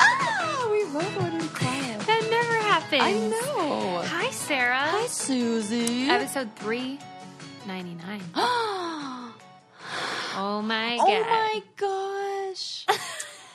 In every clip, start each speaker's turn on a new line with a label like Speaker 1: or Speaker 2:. Speaker 1: Oh,
Speaker 2: muffins.
Speaker 1: I know.
Speaker 2: Hi, Sarah.
Speaker 1: Hi, Susie.
Speaker 2: Episode 399.
Speaker 1: oh
Speaker 2: Oh my god.
Speaker 1: my gosh.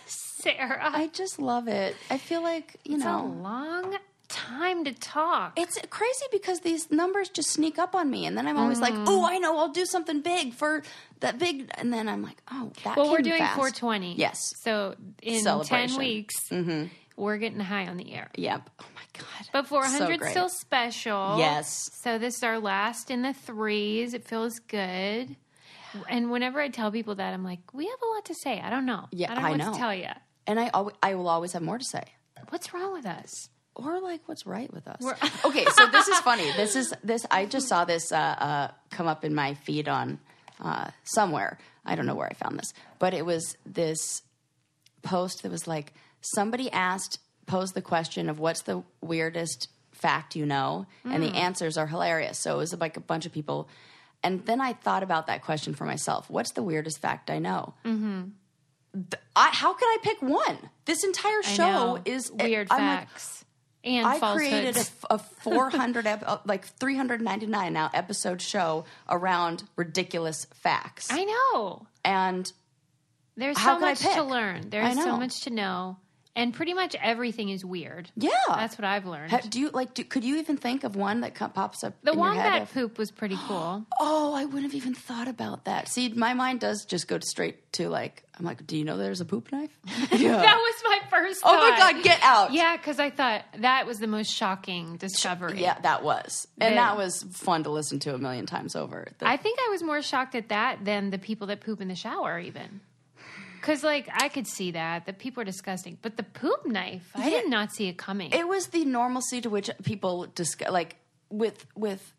Speaker 2: Sarah.
Speaker 1: I just love it. I feel like, you
Speaker 2: it's a
Speaker 1: know.
Speaker 2: long time to talk.
Speaker 1: It's crazy because these numbers just sneak up on me, and then I'm always
Speaker 2: Mm-hmm.
Speaker 1: like, "Oh, I know, I'll do something big for that big," and then I'm like, "Oh, that."
Speaker 2: well, we're
Speaker 1: came
Speaker 2: doing
Speaker 1: fast.
Speaker 2: 420.
Speaker 1: Yes.
Speaker 2: So in 10
Speaker 1: Celebration. Mm-hmm.
Speaker 2: weeks, we're getting high on the air.
Speaker 1: Yep. Oh my god.
Speaker 2: But 400
Speaker 1: great.
Speaker 2: still special.
Speaker 1: Yes.
Speaker 2: So this is our last in the threes. It feels good. And whenever I tell people that, I'm like, we have a lot to say. I don't know.
Speaker 1: Yeah,
Speaker 2: I don't know
Speaker 1: I
Speaker 2: what
Speaker 1: know.
Speaker 2: to tell you.
Speaker 1: and I always, I will always have more to say.
Speaker 2: What's wrong with us?
Speaker 1: Or like, what's right with us?
Speaker 2: We're-
Speaker 1: okay, so this is funny. This is this. I just saw this uh, uh, come up in my feed on uh, somewhere. I don't know where I found this, but it was this post that was like somebody asked posed the question of what's the weirdest fact you know and the answers are hilarious so it was like a bunch of people and then i thought about that question for myself what's the weirdest fact i know mm-hmm. I, how can i pick one this entire
Speaker 2: I
Speaker 1: show
Speaker 2: know.
Speaker 1: is eh,
Speaker 2: weird
Speaker 1: I'm like,
Speaker 2: facts and
Speaker 1: I
Speaker 2: falsehoods.
Speaker 1: created a, f- a 400, ep- uh, like 399 now episode show around ridiculous facts.
Speaker 2: I know.
Speaker 1: and
Speaker 2: There's
Speaker 1: How
Speaker 2: so
Speaker 1: could I
Speaker 2: much to
Speaker 1: pick?
Speaker 2: learn.
Speaker 1: I
Speaker 2: There's so
Speaker 1: know.
Speaker 2: much to know. And pretty much everything is weird.
Speaker 1: yeah.
Speaker 2: That's what I've learned.
Speaker 1: Ha- do you like? Do, could you even think of one that co- pops up?
Speaker 2: the
Speaker 1: in your head
Speaker 2: wombat
Speaker 1: if-
Speaker 2: poop was pretty cool.
Speaker 1: oh, I wouldn't have even thought about that. See, my mind does just go straight to like. I'm like, do you know there's a poop knife? Yeah.
Speaker 2: that was my first
Speaker 1: oh my
Speaker 2: thought.
Speaker 1: god, get out!
Speaker 2: Yeah, because I thought that was the most shocking discovery.
Speaker 1: yeah, that was, and
Speaker 2: Then-
Speaker 1: that was fun to listen to a million times over. The-
Speaker 2: I think I was more shocked at that than the people that poop in the shower, even. Because, like, I could see that. The people are disgusting. But the poop knife, I did not see it coming.
Speaker 1: it was the normalcy to which people discuss like with with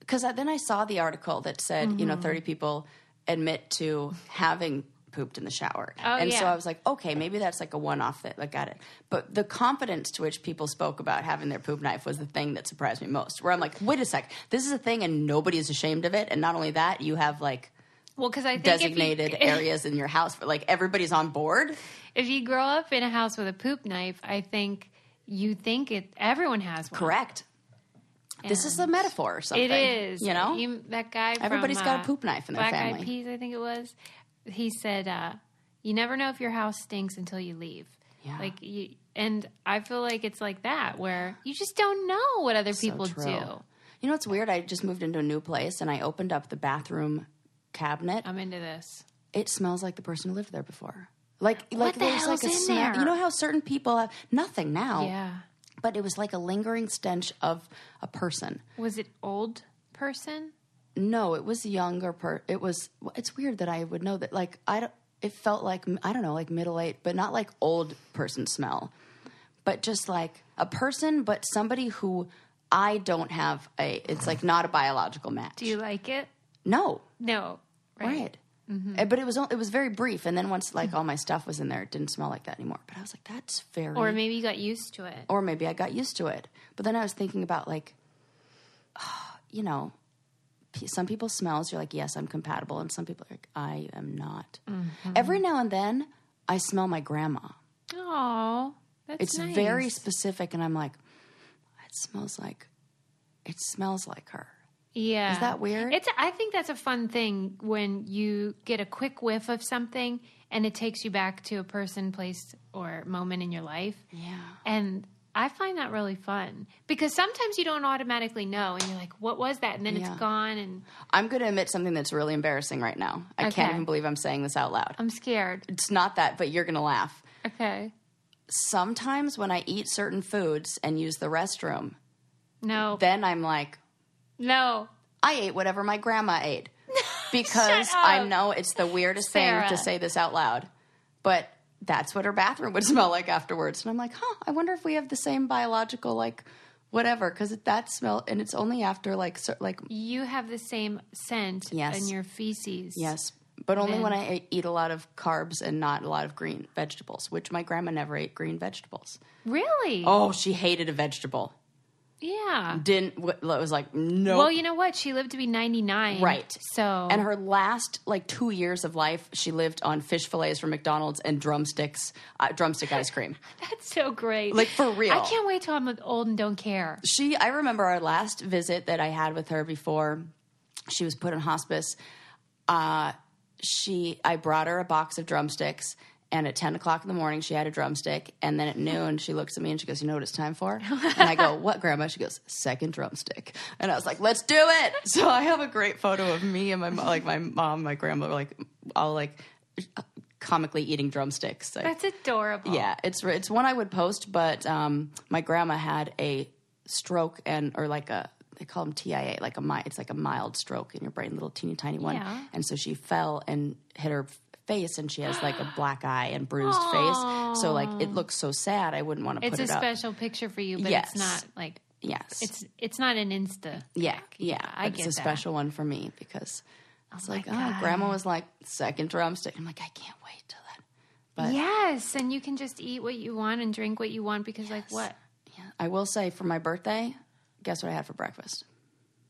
Speaker 1: because then i saw the article that said you
Speaker 2: Mm-hmm.
Speaker 1: know 30 people admit to having pooped in the shower
Speaker 2: Oh,
Speaker 1: and so
Speaker 2: yeah.
Speaker 1: i was like okay maybe that's like a one-off that i got it but the confidence to which people spoke about having their poop knife was the thing that surprised me most where i'm like wait a sec this is a thing and nobody is ashamed of it and not only that you have like
Speaker 2: well, because I think if you-
Speaker 1: designated areas in your house for like everybody's on board
Speaker 2: If you grow up in a house with a poop knife, I think you think it. Everyone has one.
Speaker 1: correct this is a
Speaker 2: And
Speaker 1: metaphor or something
Speaker 2: It is.
Speaker 1: you know
Speaker 2: that guy. from,
Speaker 1: Everybody's got a
Speaker 2: uh,
Speaker 1: poop knife in their
Speaker 2: Black
Speaker 1: family.
Speaker 2: Eyed Peas, I think it was. He said, uh, "You never know if your house stinks until you leave."
Speaker 1: Yeah.
Speaker 2: Like you, and I feel like it's like that where you just don't know what other
Speaker 1: So
Speaker 2: people
Speaker 1: true.
Speaker 2: do.
Speaker 1: You know what's weird? I just moved into a new place and I opened up the bathroom cabinet.
Speaker 2: I'm into this.
Speaker 1: It smells like the person who lived there before. Like like
Speaker 2: the
Speaker 1: there's like
Speaker 2: hell's
Speaker 1: a
Speaker 2: in
Speaker 1: smell.
Speaker 2: there?
Speaker 1: You know how certain people have nothing now.
Speaker 2: Yeah.
Speaker 1: But it was like a lingering stench of a person.
Speaker 2: Was it old person?
Speaker 1: No, it was a younger per. It was. well, It's weird that I would know that. Like I don't. It felt like I don't know, like middle aged, but not like old person smell, but just like a person, but somebody who I don't have a. It's like not a biological match.
Speaker 2: Do you like it?
Speaker 1: No,
Speaker 2: No. Right. Mm-hmm.
Speaker 1: right. Uh, But it was o- it was very brief, and then once like all my stuff was in there, it didn't smell like that anymore. But I was like, that's very.
Speaker 2: Or maybe you got used to it.
Speaker 1: or maybe I got used to it. But then I was thinking about like, you know, p- some people's smells. You're like, yes, I'm compatible, and some people are like, I am not.
Speaker 2: Mm-hmm.
Speaker 1: Every now and then, I smell my grandma.
Speaker 2: Oh, that's
Speaker 1: It's
Speaker 2: nice.
Speaker 1: very specific, and I'm like, it smells like, it smells like her.
Speaker 2: Yeah.
Speaker 1: Is that weird?
Speaker 2: It's I think that's a fun thing when you get a quick whiff of something and it takes you back to a person, place or moment in your life.
Speaker 1: Yeah.
Speaker 2: And I find that really fun because sometimes you don't automatically know and you're like, what was that? And then
Speaker 1: Yeah.
Speaker 2: it's gone and
Speaker 1: I'm going to admit something that's really embarrassing right now. I
Speaker 2: Okay.
Speaker 1: can't even believe I'm saying this out loud.
Speaker 2: I'm scared.
Speaker 1: It's not that, but you're going to laugh.
Speaker 2: Okay.
Speaker 1: Sometimes when I eat certain foods and use the restroom,
Speaker 2: No.
Speaker 1: then I'm like,
Speaker 2: no.
Speaker 1: I ate whatever my grandma ate because
Speaker 2: Shut
Speaker 1: I
Speaker 2: up.
Speaker 1: know it's the weirdest
Speaker 2: Sarah.
Speaker 1: thing to say this out loud, but that's what her bathroom would smell like afterwards. And I'm like, huh, I wonder if we have the same biological like whatever because that smell, and it's only after like cer- like
Speaker 2: You have the same scent
Speaker 1: Yes.
Speaker 2: in your feces.
Speaker 1: yes, but only when I e, eat a lot of carbs and not a lot of green vegetables, which my grandma never ate green vegetables.
Speaker 2: Really?
Speaker 1: Oh, she hated a vegetable.
Speaker 2: Yeah.
Speaker 1: Didn't w- was like no.
Speaker 2: Well, you know what? She lived to be 99.
Speaker 1: Right.
Speaker 2: So,
Speaker 1: and her last like two years of life, she lived on fish fillets from McDonald's and drumsticks, uh, drumstick ice cream.
Speaker 2: that's so great.
Speaker 1: Like, for real.
Speaker 2: I can't wait till I'm old and don't care.
Speaker 1: she i remember our last visit that i had with her before she was put in hospice uh, she i brought her a box of drumsticks and at 10 o'clock in the morning she had a drumstick and then at noon she looks at me and she goes you know what it's time for and i go what grandma she goes second drumstick and i was like let's do it so i have a great photo of me and my mom like my mom my grandma like all like comically eating drumsticks Like,
Speaker 2: That's adorable.
Speaker 1: yeah, it's it's one I would post, but um, my grandma had a stroke and or like a they call them TIA, like a mi- it's like a mild stroke in your brain, little teeny tiny one,
Speaker 2: Yeah.
Speaker 1: and so she fell and hit her f- face, and she has like a black eye and bruised face. So like it looks so sad. I wouldn't want to
Speaker 2: It's
Speaker 1: put
Speaker 2: a
Speaker 1: it up.
Speaker 2: special picture for you, but
Speaker 1: Yes.
Speaker 2: it's not like
Speaker 1: yes,
Speaker 2: it's it's not an Insta.
Speaker 1: yeah, yeah.
Speaker 2: I
Speaker 1: but
Speaker 2: get
Speaker 1: it's a
Speaker 2: that.
Speaker 1: special one for me because it's like oh,
Speaker 2: God.
Speaker 1: grandma was like second drumstick. I'm like I can't wait till that. But
Speaker 2: Yes, and you can just eat what you want and drink what you want because, like, what?
Speaker 1: yeah, I will say for my birthday, guess what I had for breakfast.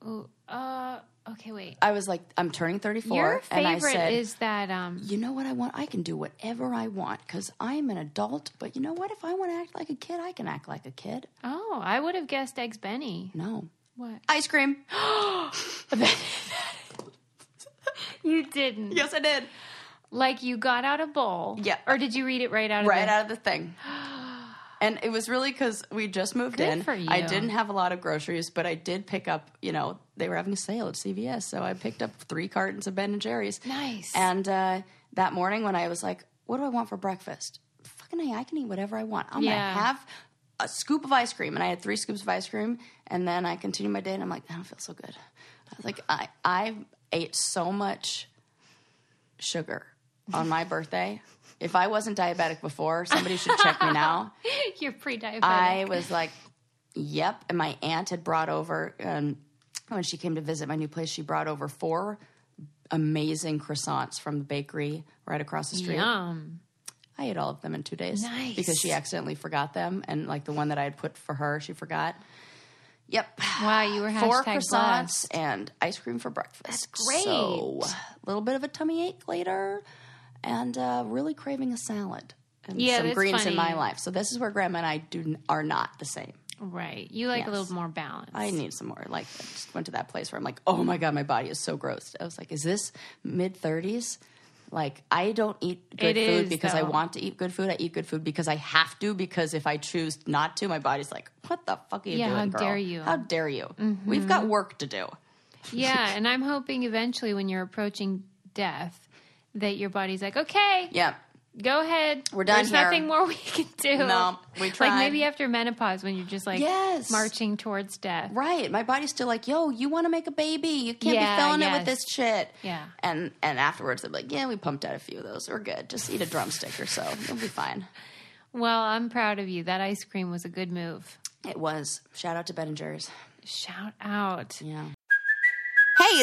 Speaker 2: Ooh, uh, okay, wait.
Speaker 1: I was like, I'm turning 34.
Speaker 2: Your
Speaker 1: and I
Speaker 2: favorite
Speaker 1: said,
Speaker 2: is that um,
Speaker 1: You know what I want? I can do whatever I want because I'm an adult. But you know what? If I want to act like a kid, I can act like a kid.
Speaker 2: oh, I would have guessed eggs Benny.
Speaker 1: No.
Speaker 2: What?
Speaker 1: Ice cream.
Speaker 2: You didn't.
Speaker 1: yes, I did.
Speaker 2: Like you got out a bowl.
Speaker 1: Yeah.
Speaker 2: Or did you read it right out of
Speaker 1: Right
Speaker 2: the
Speaker 1: out of the thing. And it was really because we just moved
Speaker 2: Good
Speaker 1: in.
Speaker 2: for
Speaker 1: I
Speaker 2: you.
Speaker 1: didn't have a lot of groceries, but I did pick up, you know, they were having a sale at CVS. So I picked up three cartons of Ben and Jerry's.
Speaker 2: Nice.
Speaker 1: And uh, that morning when I was like, what do I want for breakfast? Fucking A, I can eat whatever I want. I'm
Speaker 2: Yeah.
Speaker 1: going to have a scoop of ice cream. And I had three scoops of ice cream. And then I continued my day and I'm like, I don't feel so good. I was like, I, I ate so much sugar on my birthday. If I wasn't diabetic before, somebody should check me now.
Speaker 2: You're pre-diabetic.
Speaker 1: I was like, yep. And my aunt had brought over, um, when she came to visit my new place, she brought over four amazing croissants from the bakery right across the street.
Speaker 2: Yum.
Speaker 1: I ate all of them in two days
Speaker 2: Nice.
Speaker 1: because she accidentally forgot them. And like the one that I had put for her, she forgot. Yep.
Speaker 2: Wow, you were
Speaker 1: Four
Speaker 2: hashtag
Speaker 1: croissants
Speaker 2: blessed.
Speaker 1: and ice cream for breakfast.
Speaker 2: That's
Speaker 1: So,
Speaker 2: great.
Speaker 1: a little bit of a tummy ache later and uh, really craving a salad and
Speaker 2: Yeah,
Speaker 1: some
Speaker 2: that's
Speaker 1: greens in my
Speaker 2: funny.
Speaker 1: life. So, this is where Grandma and I do n- are not the same.
Speaker 2: Right. You like a
Speaker 1: Yes.
Speaker 2: little more balance.
Speaker 1: I need some more. Like, I just went to that place where I'm like, oh my God, my body is so gross. I was like, is this mid 30s? Like, I don't eat good
Speaker 2: It
Speaker 1: food
Speaker 2: is,
Speaker 1: because I
Speaker 2: though.
Speaker 1: want to eat good food. I eat good food because I have to, because if I choose not to, my body's like, what the fuck are you
Speaker 2: Yeah,
Speaker 1: doing,
Speaker 2: how
Speaker 1: girl?
Speaker 2: dare you." Mm-hmm.
Speaker 1: How dare you? We've got work to do.
Speaker 2: yeah, and I'm hoping eventually when you're approaching death that your body's like, okay,
Speaker 1: Yeah.
Speaker 2: go ahead.
Speaker 1: We're done
Speaker 2: There's
Speaker 1: here.
Speaker 2: nothing more we can do.
Speaker 1: No, we
Speaker 2: Like
Speaker 1: tried.
Speaker 2: maybe after menopause when you're just like
Speaker 1: Yes.
Speaker 2: marching towards death.
Speaker 1: Right. My body's still like, yo, you want to make a baby. You can't
Speaker 2: Yeah,
Speaker 1: be filling it
Speaker 2: yes.
Speaker 1: with this shit.
Speaker 2: Yeah.
Speaker 1: And and afterwards, they're like, yeah, we pumped out a few of those. We're good. Just eat a drumstick or so. You'll be fine.
Speaker 2: Well, I'm proud of you. That ice cream was a good move.
Speaker 1: It was. Shout out to Ben and Jerry's.
Speaker 2: Shout out.
Speaker 1: Yeah.
Speaker 3: Hey,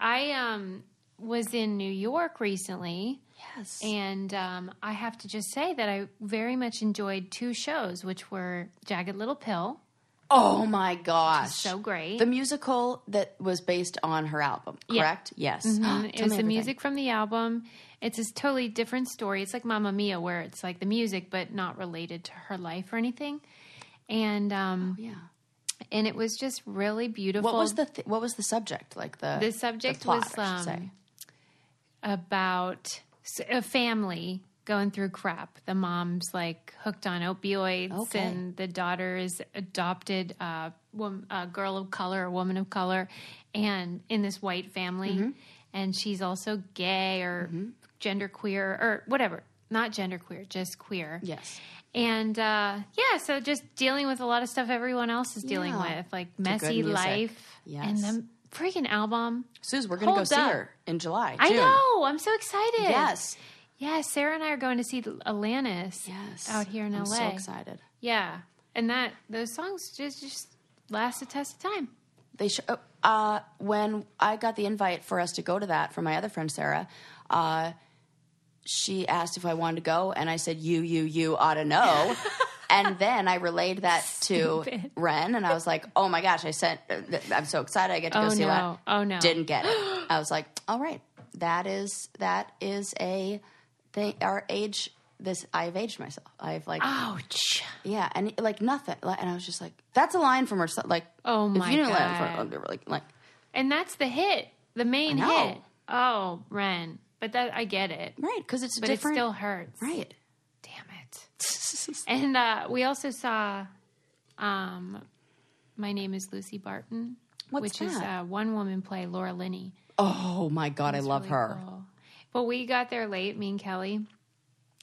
Speaker 2: I um was in New York recently.
Speaker 1: Yes.
Speaker 2: And um, I have to just say that I very much enjoyed two shows, which were Jagged Little Pill,
Speaker 1: Oh my gosh.
Speaker 2: so great.
Speaker 1: The musical that was based on her album, correct? Yes.
Speaker 2: Mhm. It was the music from the album. It's a totally different story. It's like Mamma Mia, where it's like the music, but not related to her life or anything. And um,
Speaker 1: Oh, Yeah.
Speaker 2: and it was just really beautiful.
Speaker 1: What was the th- what was the subject? Like the
Speaker 2: The subject
Speaker 1: plot,
Speaker 2: was,
Speaker 1: I should
Speaker 2: um,
Speaker 1: say.
Speaker 2: about s- a family going through crap. The mom's like hooked on opioids,
Speaker 1: Okay.
Speaker 2: and the daughter is adopted uh, wom- a girl of color, a woman of color, and in this
Speaker 1: Mm-hmm.
Speaker 2: white family, and she's also gay or genderqueer or whatever. not genderqueer, just queer.
Speaker 1: Yes.
Speaker 2: And uh, yeah, so just dealing with a lot of stuff everyone else is dealing
Speaker 1: Yeah.
Speaker 2: with, like
Speaker 1: good
Speaker 2: messy
Speaker 1: music.
Speaker 2: life. And
Speaker 1: Yes.
Speaker 2: the freaking album.
Speaker 1: Suze, we're going to go
Speaker 2: Holds
Speaker 1: see
Speaker 2: up.
Speaker 1: her in July.
Speaker 2: I
Speaker 1: June.
Speaker 2: know. I'm so excited.
Speaker 1: Yes.
Speaker 2: Yeah, Sarah and I are going to see Alanis
Speaker 1: Yes.
Speaker 2: out here in
Speaker 1: I'm
Speaker 2: LA.
Speaker 1: so excited.
Speaker 2: Yeah. And that those songs just just last the test of time.
Speaker 1: They sh- oh, uh, when I got the invite for us to go to that from my other friend Sarah, uh, she asked if I wanted to go, and I said, "You, you, you ought to know." and then I relayed that to Ren, and I was like, "Oh my gosh, I sent. I'm so excited! I get to go
Speaker 2: Oh,
Speaker 1: see
Speaker 2: no.
Speaker 1: that."
Speaker 2: Oh, no.
Speaker 1: Didn't get it. I was like, "All right, that is that is a thing. Our age. This I've aged myself. I've like
Speaker 2: Ah. Ouch.
Speaker 1: yeah, and like nothing. Like, and I was just like, that's a line from her. so- Like,
Speaker 2: Oh my
Speaker 1: if you didn't line from
Speaker 2: God.
Speaker 1: her, I'd be like, like,
Speaker 2: And that's the hit, the main
Speaker 1: I know.
Speaker 2: hit. Oh, Ren. But that I get it.
Speaker 1: right, because it's
Speaker 2: But
Speaker 1: different.
Speaker 2: it still hurts.
Speaker 1: right.
Speaker 2: Damn it. And uh, we also saw um, My Name is Lucy Barton,
Speaker 1: What's
Speaker 2: which is
Speaker 1: that?
Speaker 2: uh, one woman play, Laura Linney.
Speaker 1: oh my god, I love her.
Speaker 2: But we got there late, me and Kelly,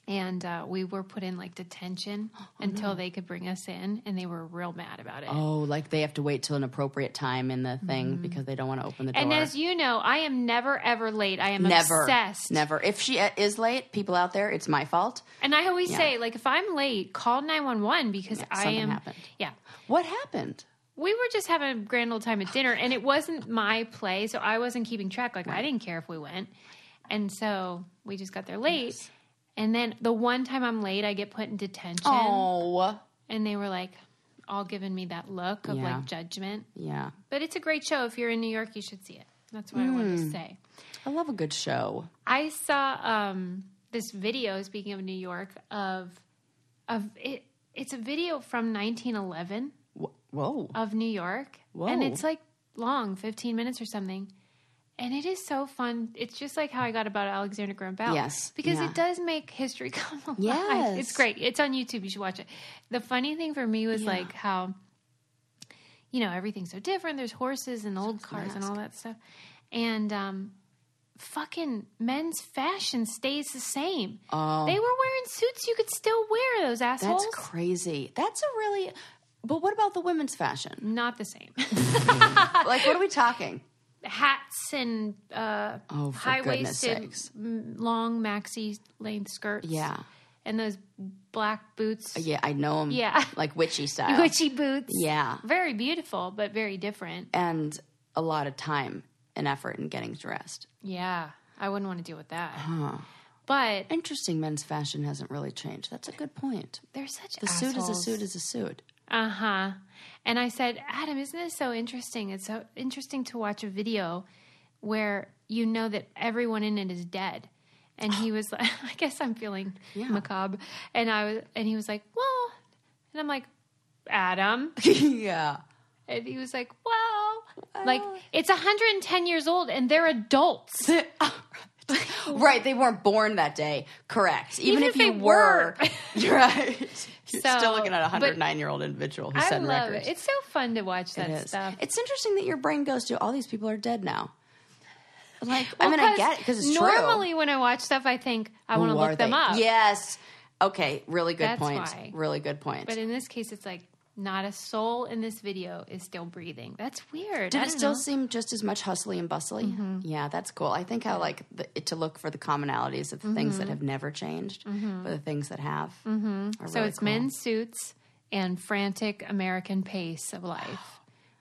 Speaker 2: and uh, we were put in like detention until they could bring us in, and they were real mad about it.
Speaker 1: Oh, like they have to wait till an appropriate time in the thing because they don't want to open the door.
Speaker 2: Mm-hmm. and as you know, I am never ever late. I am
Speaker 1: never,
Speaker 2: obsessed.
Speaker 1: never. If she uh, is late, people out there, it's my fault.
Speaker 2: And I always say, like, if I'm late, call nine one one because I
Speaker 1: something
Speaker 2: am.
Speaker 1: happened.
Speaker 2: Yeah.
Speaker 1: What happened?
Speaker 2: We were just having a grand old time at dinner, and it wasn't my play, so I wasn't keeping track. Like, I didn't care if we went. And so we just got there late. And then the one time I'm late, I get put in detention.
Speaker 1: Oh,
Speaker 2: and they were like all giving me that look of
Speaker 1: Yeah.
Speaker 2: like judgment.
Speaker 1: yeah.
Speaker 2: But it's a great show. If you're in New York, you should see it. That's what I wanted to say.
Speaker 1: I love a good show.
Speaker 2: I saw um, this video. Speaking of New York, of of it, it's a video from 1911
Speaker 1: Wh- Whoa.
Speaker 2: of New York,
Speaker 1: Whoa.
Speaker 2: and it's like long, 15 minutes or something. And it is so fun. It's just like how I got about Alexander Graham Bell.
Speaker 1: Yes.
Speaker 2: Because
Speaker 1: Yeah.
Speaker 2: it does make history come alive.
Speaker 1: Yes.
Speaker 2: It's great. It's on YouTube. You should watch it. The funny thing for me was like how, you know, everything's so different. There's horses and old cars and all that stuff. And um, fucking men's fashion stays the same. Oh. They were wearing suits. You could still wear those assholes.
Speaker 1: That's crazy. That's a really. But what about the women's fashion?
Speaker 2: Not the same. Uh,
Speaker 1: like, what are we talking?
Speaker 2: hats and uh,
Speaker 1: Oh, for
Speaker 2: high waisted,
Speaker 1: goodness sakes.
Speaker 2: long maxi length skirts.
Speaker 1: Yeah.
Speaker 2: and those black boots,
Speaker 1: Yeah, I know them.
Speaker 2: Yeah.
Speaker 1: like witchy style.
Speaker 2: witchy boots.
Speaker 1: Yeah.
Speaker 2: very beautiful, but very different.
Speaker 1: and a lot of time and effort in getting dressed.
Speaker 2: Yeah, I wouldn't want to deal with that. But
Speaker 1: Interesting, men's fashion hasn't really changed. That's a good point.
Speaker 2: they're such
Speaker 1: The suit is a suit is a suit.
Speaker 2: Uh huh. And I said, Adam, isn't this so interesting? It's so interesting to watch a video where you know that everyone in it is dead. And he was like, I guess I'm feeling macabre. And I was, and he was like, well, and I'm like, Adam.
Speaker 1: yeah.
Speaker 2: And he was like, well, like it's 110 years old and they're adults.
Speaker 1: Right, they weren't born that day. Correct. Even, if,
Speaker 2: if they
Speaker 1: you were, you're right. You're
Speaker 2: So,
Speaker 1: still looking at a
Speaker 2: but-
Speaker 1: 109 year old individual who's
Speaker 2: I
Speaker 1: setting
Speaker 2: love
Speaker 1: records.
Speaker 2: it. It's so fun to watch that
Speaker 1: It is.
Speaker 2: stuff.
Speaker 1: It's interesting that your brain goes to all these people are dead now. Like, I
Speaker 2: Well,
Speaker 1: mean, I get it because it's true.
Speaker 2: normally when I watch stuff, I think I want to
Speaker 1: Who
Speaker 2: look
Speaker 1: are
Speaker 2: them
Speaker 1: they?
Speaker 2: up.
Speaker 1: Yes. Okay. Really good
Speaker 2: That's
Speaker 1: point.
Speaker 2: why.
Speaker 1: Really good point.
Speaker 2: But in this case, it's like not a soul in this video is still breathing. That's weird.
Speaker 1: Did
Speaker 2: I
Speaker 1: it
Speaker 2: don't
Speaker 1: still
Speaker 2: know. Mm-hmm.
Speaker 1: seem just as much hustly and bustly? Yeah, that's cool. I think I like the, it to look for the commonalities of the
Speaker 2: Mm-hmm.
Speaker 1: things that have never changed, but the things that have. Mm-hmm.
Speaker 2: So it's men's suits and frantic American pace of life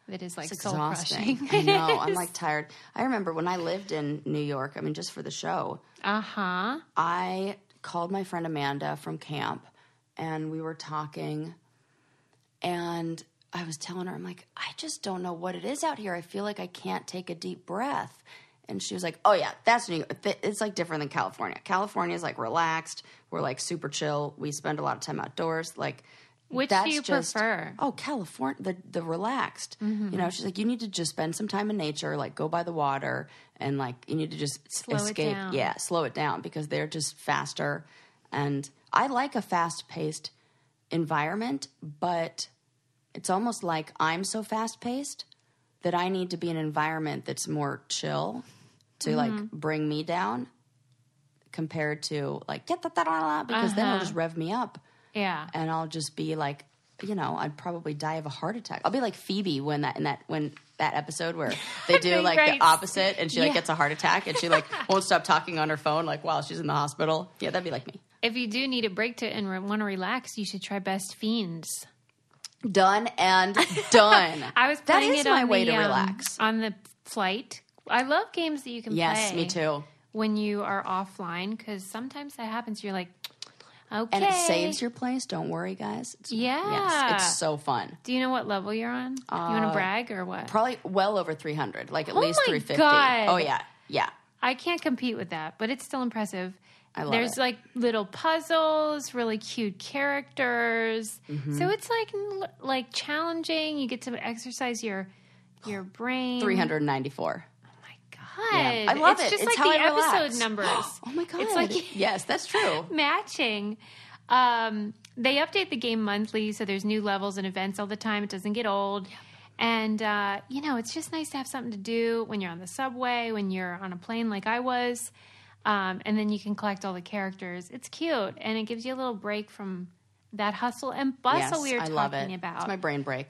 Speaker 2: that is like soul
Speaker 1: exhausting.
Speaker 2: crushing.
Speaker 1: I know. I'm like tired. I remember when I lived in New York. I mean, just for the show,
Speaker 2: Uh huh.
Speaker 1: I called my friend Amanda from camp and we were talking and I was telling her I'm like I just don't know what it is out here. I feel like I can't take a deep breath. And she was like, "Oh yeah, that's New York. Th- It's like different than California. California is like relaxed. We're like super chill. We spend a lot of time outdoors. Like
Speaker 2: Which do
Speaker 1: that's
Speaker 2: you
Speaker 1: just-
Speaker 2: prefer?
Speaker 1: Oh, California, the the relaxed.
Speaker 2: Mm-hmm.
Speaker 1: You know, she's like, you need to just spend some time in nature, like go by the water, and like you need to just s-
Speaker 2: Slow it
Speaker 1: escape.
Speaker 2: down.
Speaker 1: Yeah, slow it down because they're just faster. And I like a fast paced environment, but it's almost like I'm so fast paced that I need to
Speaker 2: Mm-hmm.
Speaker 1: be in an environment that's more chill to like bring me down. compared to like get that that on a lot because then
Speaker 2: Uh-huh.
Speaker 1: it'll just rev me up
Speaker 2: Yeah.
Speaker 1: and I'll just be like, you know, I'd probably die of a heart attack. I'll be like Phoebe when that in that when that episode where they do
Speaker 2: They
Speaker 1: like
Speaker 2: write-
Speaker 1: the opposite and she
Speaker 2: Yeah.
Speaker 1: like gets a heart attack and she like won't stop talking on her phone like while she's in the hospital. Yeah, that'd be like me.
Speaker 2: If you do need a break to and re- want to relax, you should try Best Fiends.
Speaker 1: Done and done.
Speaker 2: I was
Speaker 1: that
Speaker 2: playing
Speaker 1: is
Speaker 2: it
Speaker 1: my
Speaker 2: on
Speaker 1: way
Speaker 2: the,
Speaker 1: to
Speaker 2: um,
Speaker 1: relax.
Speaker 2: on the flight. I love games that you can play.
Speaker 1: Yes, me too.
Speaker 2: When you are offline, because sometimes that happens. You're like, okay,
Speaker 1: And it saves your place. Don't worry, guys. It's,
Speaker 2: Yeah.
Speaker 1: Yes, it's so fun.
Speaker 2: Do you know what level you're on? you
Speaker 1: Uh,
Speaker 2: want to brag or what?
Speaker 1: Probably well over 300, like at
Speaker 2: Oh
Speaker 1: least
Speaker 2: my
Speaker 1: 350.
Speaker 2: God. Mm-hmm.
Speaker 1: Oh, yeah. Yeah.
Speaker 2: I can't compete with that, but it's still impressive.
Speaker 1: I love
Speaker 2: There's
Speaker 1: it.
Speaker 2: like little puzzles, really cute characters.
Speaker 1: Mm-hmm.
Speaker 2: So it's like l- like challenging. You get to exercise your your brain.
Speaker 1: 394.
Speaker 2: My
Speaker 1: Yeah.
Speaker 2: God,
Speaker 1: I love
Speaker 2: it's
Speaker 1: it.
Speaker 2: Just
Speaker 1: It's
Speaker 2: like
Speaker 1: how
Speaker 2: the
Speaker 1: I relax.
Speaker 2: episode numbers.
Speaker 1: Oh, my God.
Speaker 2: It's like
Speaker 1: yes, that's true.
Speaker 2: matching. Um, they update the game monthly, so there's new levels and events all the time. It doesn't get old. And, uh, you know, it's just nice to have something to do when you're on the subway, when you're on a plane like I was. Um, and then you can collect all the characters. It's cute, and it gives you a little break from that hustle and bustle
Speaker 1: yes,
Speaker 2: we were
Speaker 1: I
Speaker 2: talking
Speaker 1: love it.
Speaker 2: about.
Speaker 1: It's my brain break.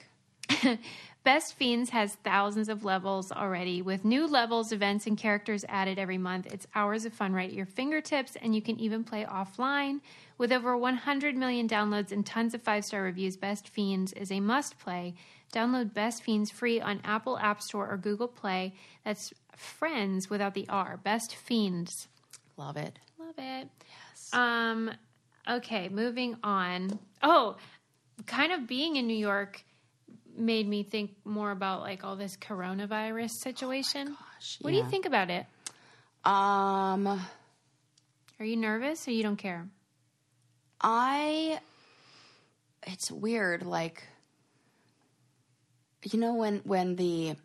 Speaker 2: Best Fiends has thousands of levels already, with new levels, events, and characters added every month. It's hours of fun right at your fingertips, and you can even play offline. With over 100 million downloads and tons of five star reviews, Best Fiends is a must play. Download Best Fiends free on Apple App Store or Google Play. That's friends without the R. Best Fiends.
Speaker 1: Love it.
Speaker 2: Love it. Yes. Um, okay, moving on. Oh, kind of being in New York made me think more about like all this coronavirus situation. what do you think about it?
Speaker 1: Um,
Speaker 2: Are you nervous or you don't care?
Speaker 1: I. It's weird. Like, you know when when the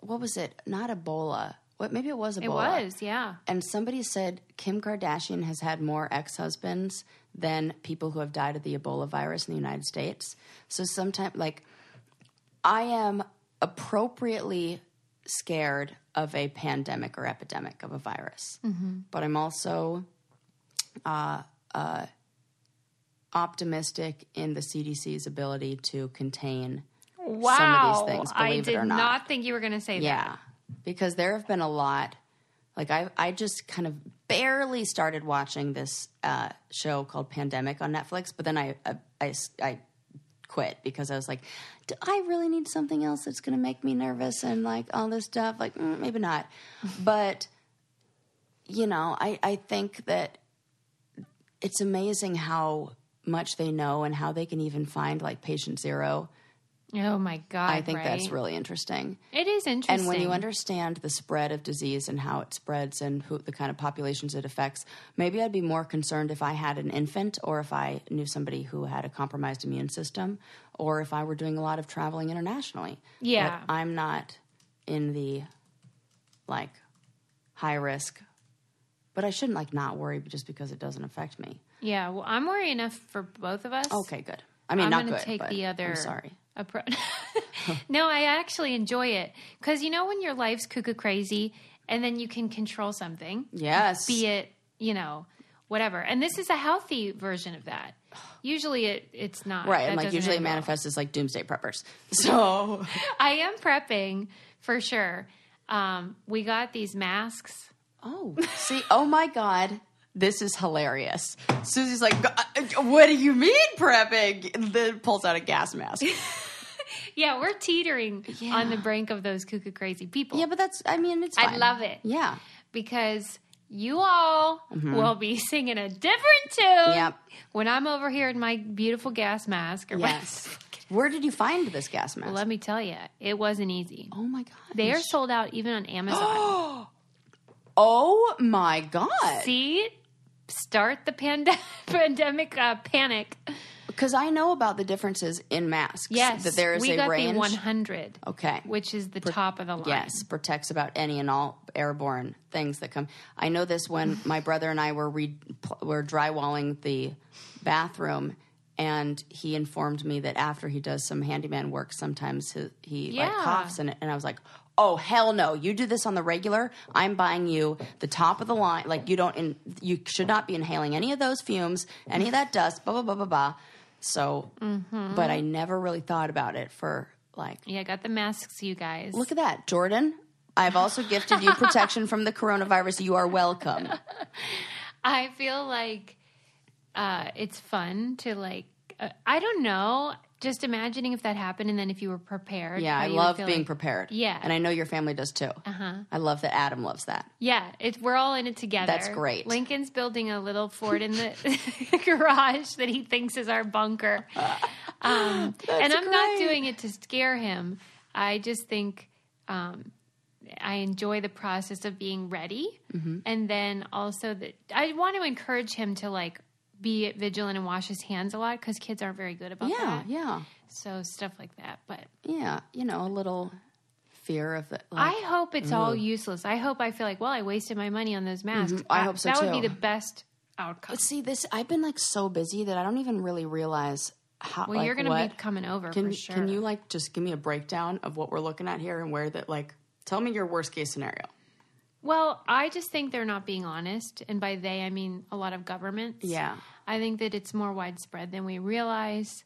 Speaker 1: what was it? Not Ebola. What? Maybe it was Ebola.
Speaker 2: It was, yeah.
Speaker 1: And somebody said Kim Kardashian has had more ex husbands than people who have died of the Ebola virus in the United States. So sometimes, like, I am appropriately scared of a pandemic or epidemic of a virus, but I'm also uh, uh, optimistic in the CDC's ability to contain
Speaker 2: Wow.
Speaker 1: some of these things,
Speaker 2: I
Speaker 1: believe
Speaker 2: did
Speaker 1: it or not.
Speaker 2: think you were going to say that.
Speaker 1: Yeah. Because there have been a lot. Like I I just kind of barely started watching this uh, show called Pandemic on Netflix, but then I I, I s- I quit because I was like, do I really need something else that's going to make me nervous and like all this stuff? Like mm, maybe not. but you know, I I think that it's amazing how much they know and how they can even find like patient zero.
Speaker 2: Oh my god.
Speaker 1: I think that's
Speaker 2: right?
Speaker 1: really interesting.
Speaker 2: It is interesting.
Speaker 1: And when you understand the spread of disease and how it spreads and who, the kind of populations it affects, maybe I'd be more concerned if I had an infant or if I knew somebody who had a compromised immune system or if I were doing a lot of traveling internationally.
Speaker 2: Yeah.
Speaker 1: But I'm not in the like high risk, but I shouldn't like not worry just because it doesn't affect me.
Speaker 2: Yeah, well, I'm worried enough for both of us.
Speaker 1: Okay, good. I mean,
Speaker 2: I'm
Speaker 1: not
Speaker 2: gonna
Speaker 1: good.
Speaker 2: take
Speaker 1: but
Speaker 2: the other.
Speaker 1: I'm sorry.
Speaker 2: Approach. no, I actually enjoy it because you know when your life's cuckoo crazy, and then you can control something,
Speaker 1: Yes.
Speaker 2: be it you know whatever. And this is a healthy version of that. Usually, it it's not
Speaker 1: Right,
Speaker 2: That
Speaker 1: and like
Speaker 2: doesn't
Speaker 1: usually it
Speaker 2: end well.
Speaker 1: manifests as like doomsday preppers. So
Speaker 2: I am prepping for sure. Um, we got these masks.
Speaker 1: Oh, see, oh my God, this is hilarious. Susie's like, "G- what do you mean prepping? Then pulls out a gas mask.
Speaker 2: Yeah, we're teetering on the brink of those cuckoo crazy people.
Speaker 1: Yeah, but that's, I mean, it's
Speaker 2: I
Speaker 1: fine.
Speaker 2: love it.
Speaker 1: Yeah.
Speaker 2: because you all
Speaker 1: Mm-hmm.
Speaker 2: will be singing a different tune
Speaker 1: Yep.
Speaker 2: when I'm over here in my beautiful gas mask. Or
Speaker 1: Yes. Where did you find this gas mask?
Speaker 2: Let me tell you, it wasn't easy.
Speaker 1: oh my God.
Speaker 2: They are sold out even on Amazon.
Speaker 1: Oh my God.
Speaker 2: See, start the pande- pandemic uh, panic.
Speaker 1: Because I know about the differences in masks.
Speaker 2: Yes,
Speaker 1: That there is
Speaker 2: we
Speaker 1: a
Speaker 2: got
Speaker 1: range.
Speaker 2: the 100,
Speaker 1: okay.
Speaker 2: which is the top of the line.
Speaker 1: Yes, protects about any and all airborne things that come. I know this when my brother and I were re- pl- were drywalling the bathroom, and he informed me that after he does some handyman work, sometimes he, he like
Speaker 2: Yeah.
Speaker 1: coughs, and and I was like. Oh hell no! You do this on the regular. I'm buying you the top of the line. Like you don't, in, you should not be inhaling any of those fumes, any of that dust. Blah blah blah blah blah. So, but I never really thought about it for like
Speaker 2: Yeah, I got the masks, you guys.
Speaker 1: Look at that, Jordan. I've also gifted you protection from the coronavirus. You are welcome.
Speaker 2: I feel like uh, it's fun to like. Uh, I don't know. Just imagining if that happened, and then if you were prepared.
Speaker 1: Yeah,
Speaker 2: how
Speaker 1: I
Speaker 2: you would
Speaker 1: love
Speaker 2: feel
Speaker 1: being
Speaker 2: like-
Speaker 1: prepared.
Speaker 2: Yeah.
Speaker 1: And I know your family does too. Uh-huh. I love that Adam loves that.
Speaker 2: Yeah, it, we're all in it together.
Speaker 1: That's great.
Speaker 2: Lincoln's building a little fort in the garage that he thinks is our bunker. Um, and I'm not
Speaker 1: great.
Speaker 2: doing it to scare him. I just think um, I enjoy the process of being ready.
Speaker 1: Mm-hmm.
Speaker 2: And then also, that I want to encourage him to like be vigilant and wash his hands a lot because kids aren't very good about
Speaker 1: Yeah,
Speaker 2: that.
Speaker 1: yeah.
Speaker 2: So, stuff like that. But
Speaker 1: Yeah, you know, a little fear of the
Speaker 2: I
Speaker 1: like, mm-hmm.
Speaker 2: hope it's all useless. I hope I feel like, well, I wasted my money on those masks.
Speaker 1: I
Speaker 2: That-
Speaker 1: hope so,
Speaker 2: That would
Speaker 1: too.
Speaker 2: be the best outcome.
Speaker 1: See this I've been like so busy that I don't even really realize how
Speaker 2: well,
Speaker 1: like,
Speaker 2: you're going to
Speaker 1: what-
Speaker 2: be coming over
Speaker 1: Can
Speaker 2: for sure.
Speaker 1: can you like just give me a breakdown of what we're looking at here and where that like tell me your worst case scenario.
Speaker 2: well, I just think they're not being honest, and by they I mean a lot of governments.
Speaker 1: Yeah.
Speaker 2: I think that it's more widespread than we realize,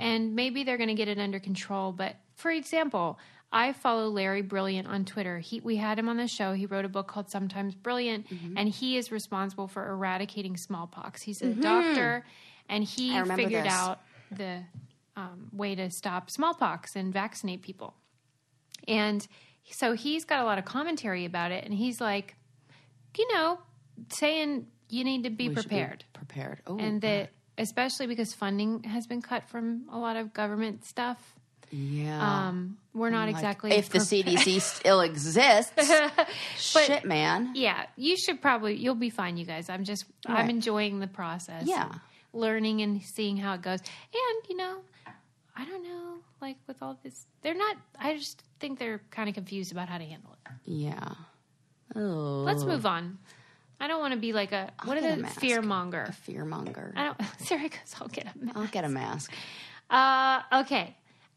Speaker 2: and maybe they're going to get it under control. But for example, I follow Larry Brilliant on Twitter. He we had him on the show. He wrote a book called Sometimes Brilliant,
Speaker 1: Mm-hmm.
Speaker 2: and he is responsible for eradicating smallpox. He's a doctor, and he
Speaker 1: Mm-hmm. I remember
Speaker 2: figured
Speaker 1: this.
Speaker 2: out the um, way to stop smallpox and vaccinate people. And so he's got a lot of commentary about it, and he's like, you know, saying you need to be
Speaker 1: We should be
Speaker 2: prepared
Speaker 1: prepared. Oh
Speaker 2: and that especially because funding has been cut from a lot of government stuff
Speaker 1: yeah.
Speaker 2: um, we're not exactly
Speaker 1: if the
Speaker 2: prep-
Speaker 1: CDC still exists, shit, man.
Speaker 2: yeah you should probably you'll be fine you guys i'm just i'm enjoying the process
Speaker 1: Yeah.
Speaker 2: and learning and seeing how it goes and you know i don't know like with all this they're not i just think they're kind of confused about how to handle it
Speaker 1: Yeah. Oh.
Speaker 2: let's move on i don't want to be like a what
Speaker 1: get
Speaker 2: is
Speaker 1: a
Speaker 2: a
Speaker 1: mask.
Speaker 2: fear monger
Speaker 1: Fearmonger.
Speaker 2: i don't sarah goes i'll get a mask
Speaker 1: I'll get a mask.
Speaker 2: Uh, okay.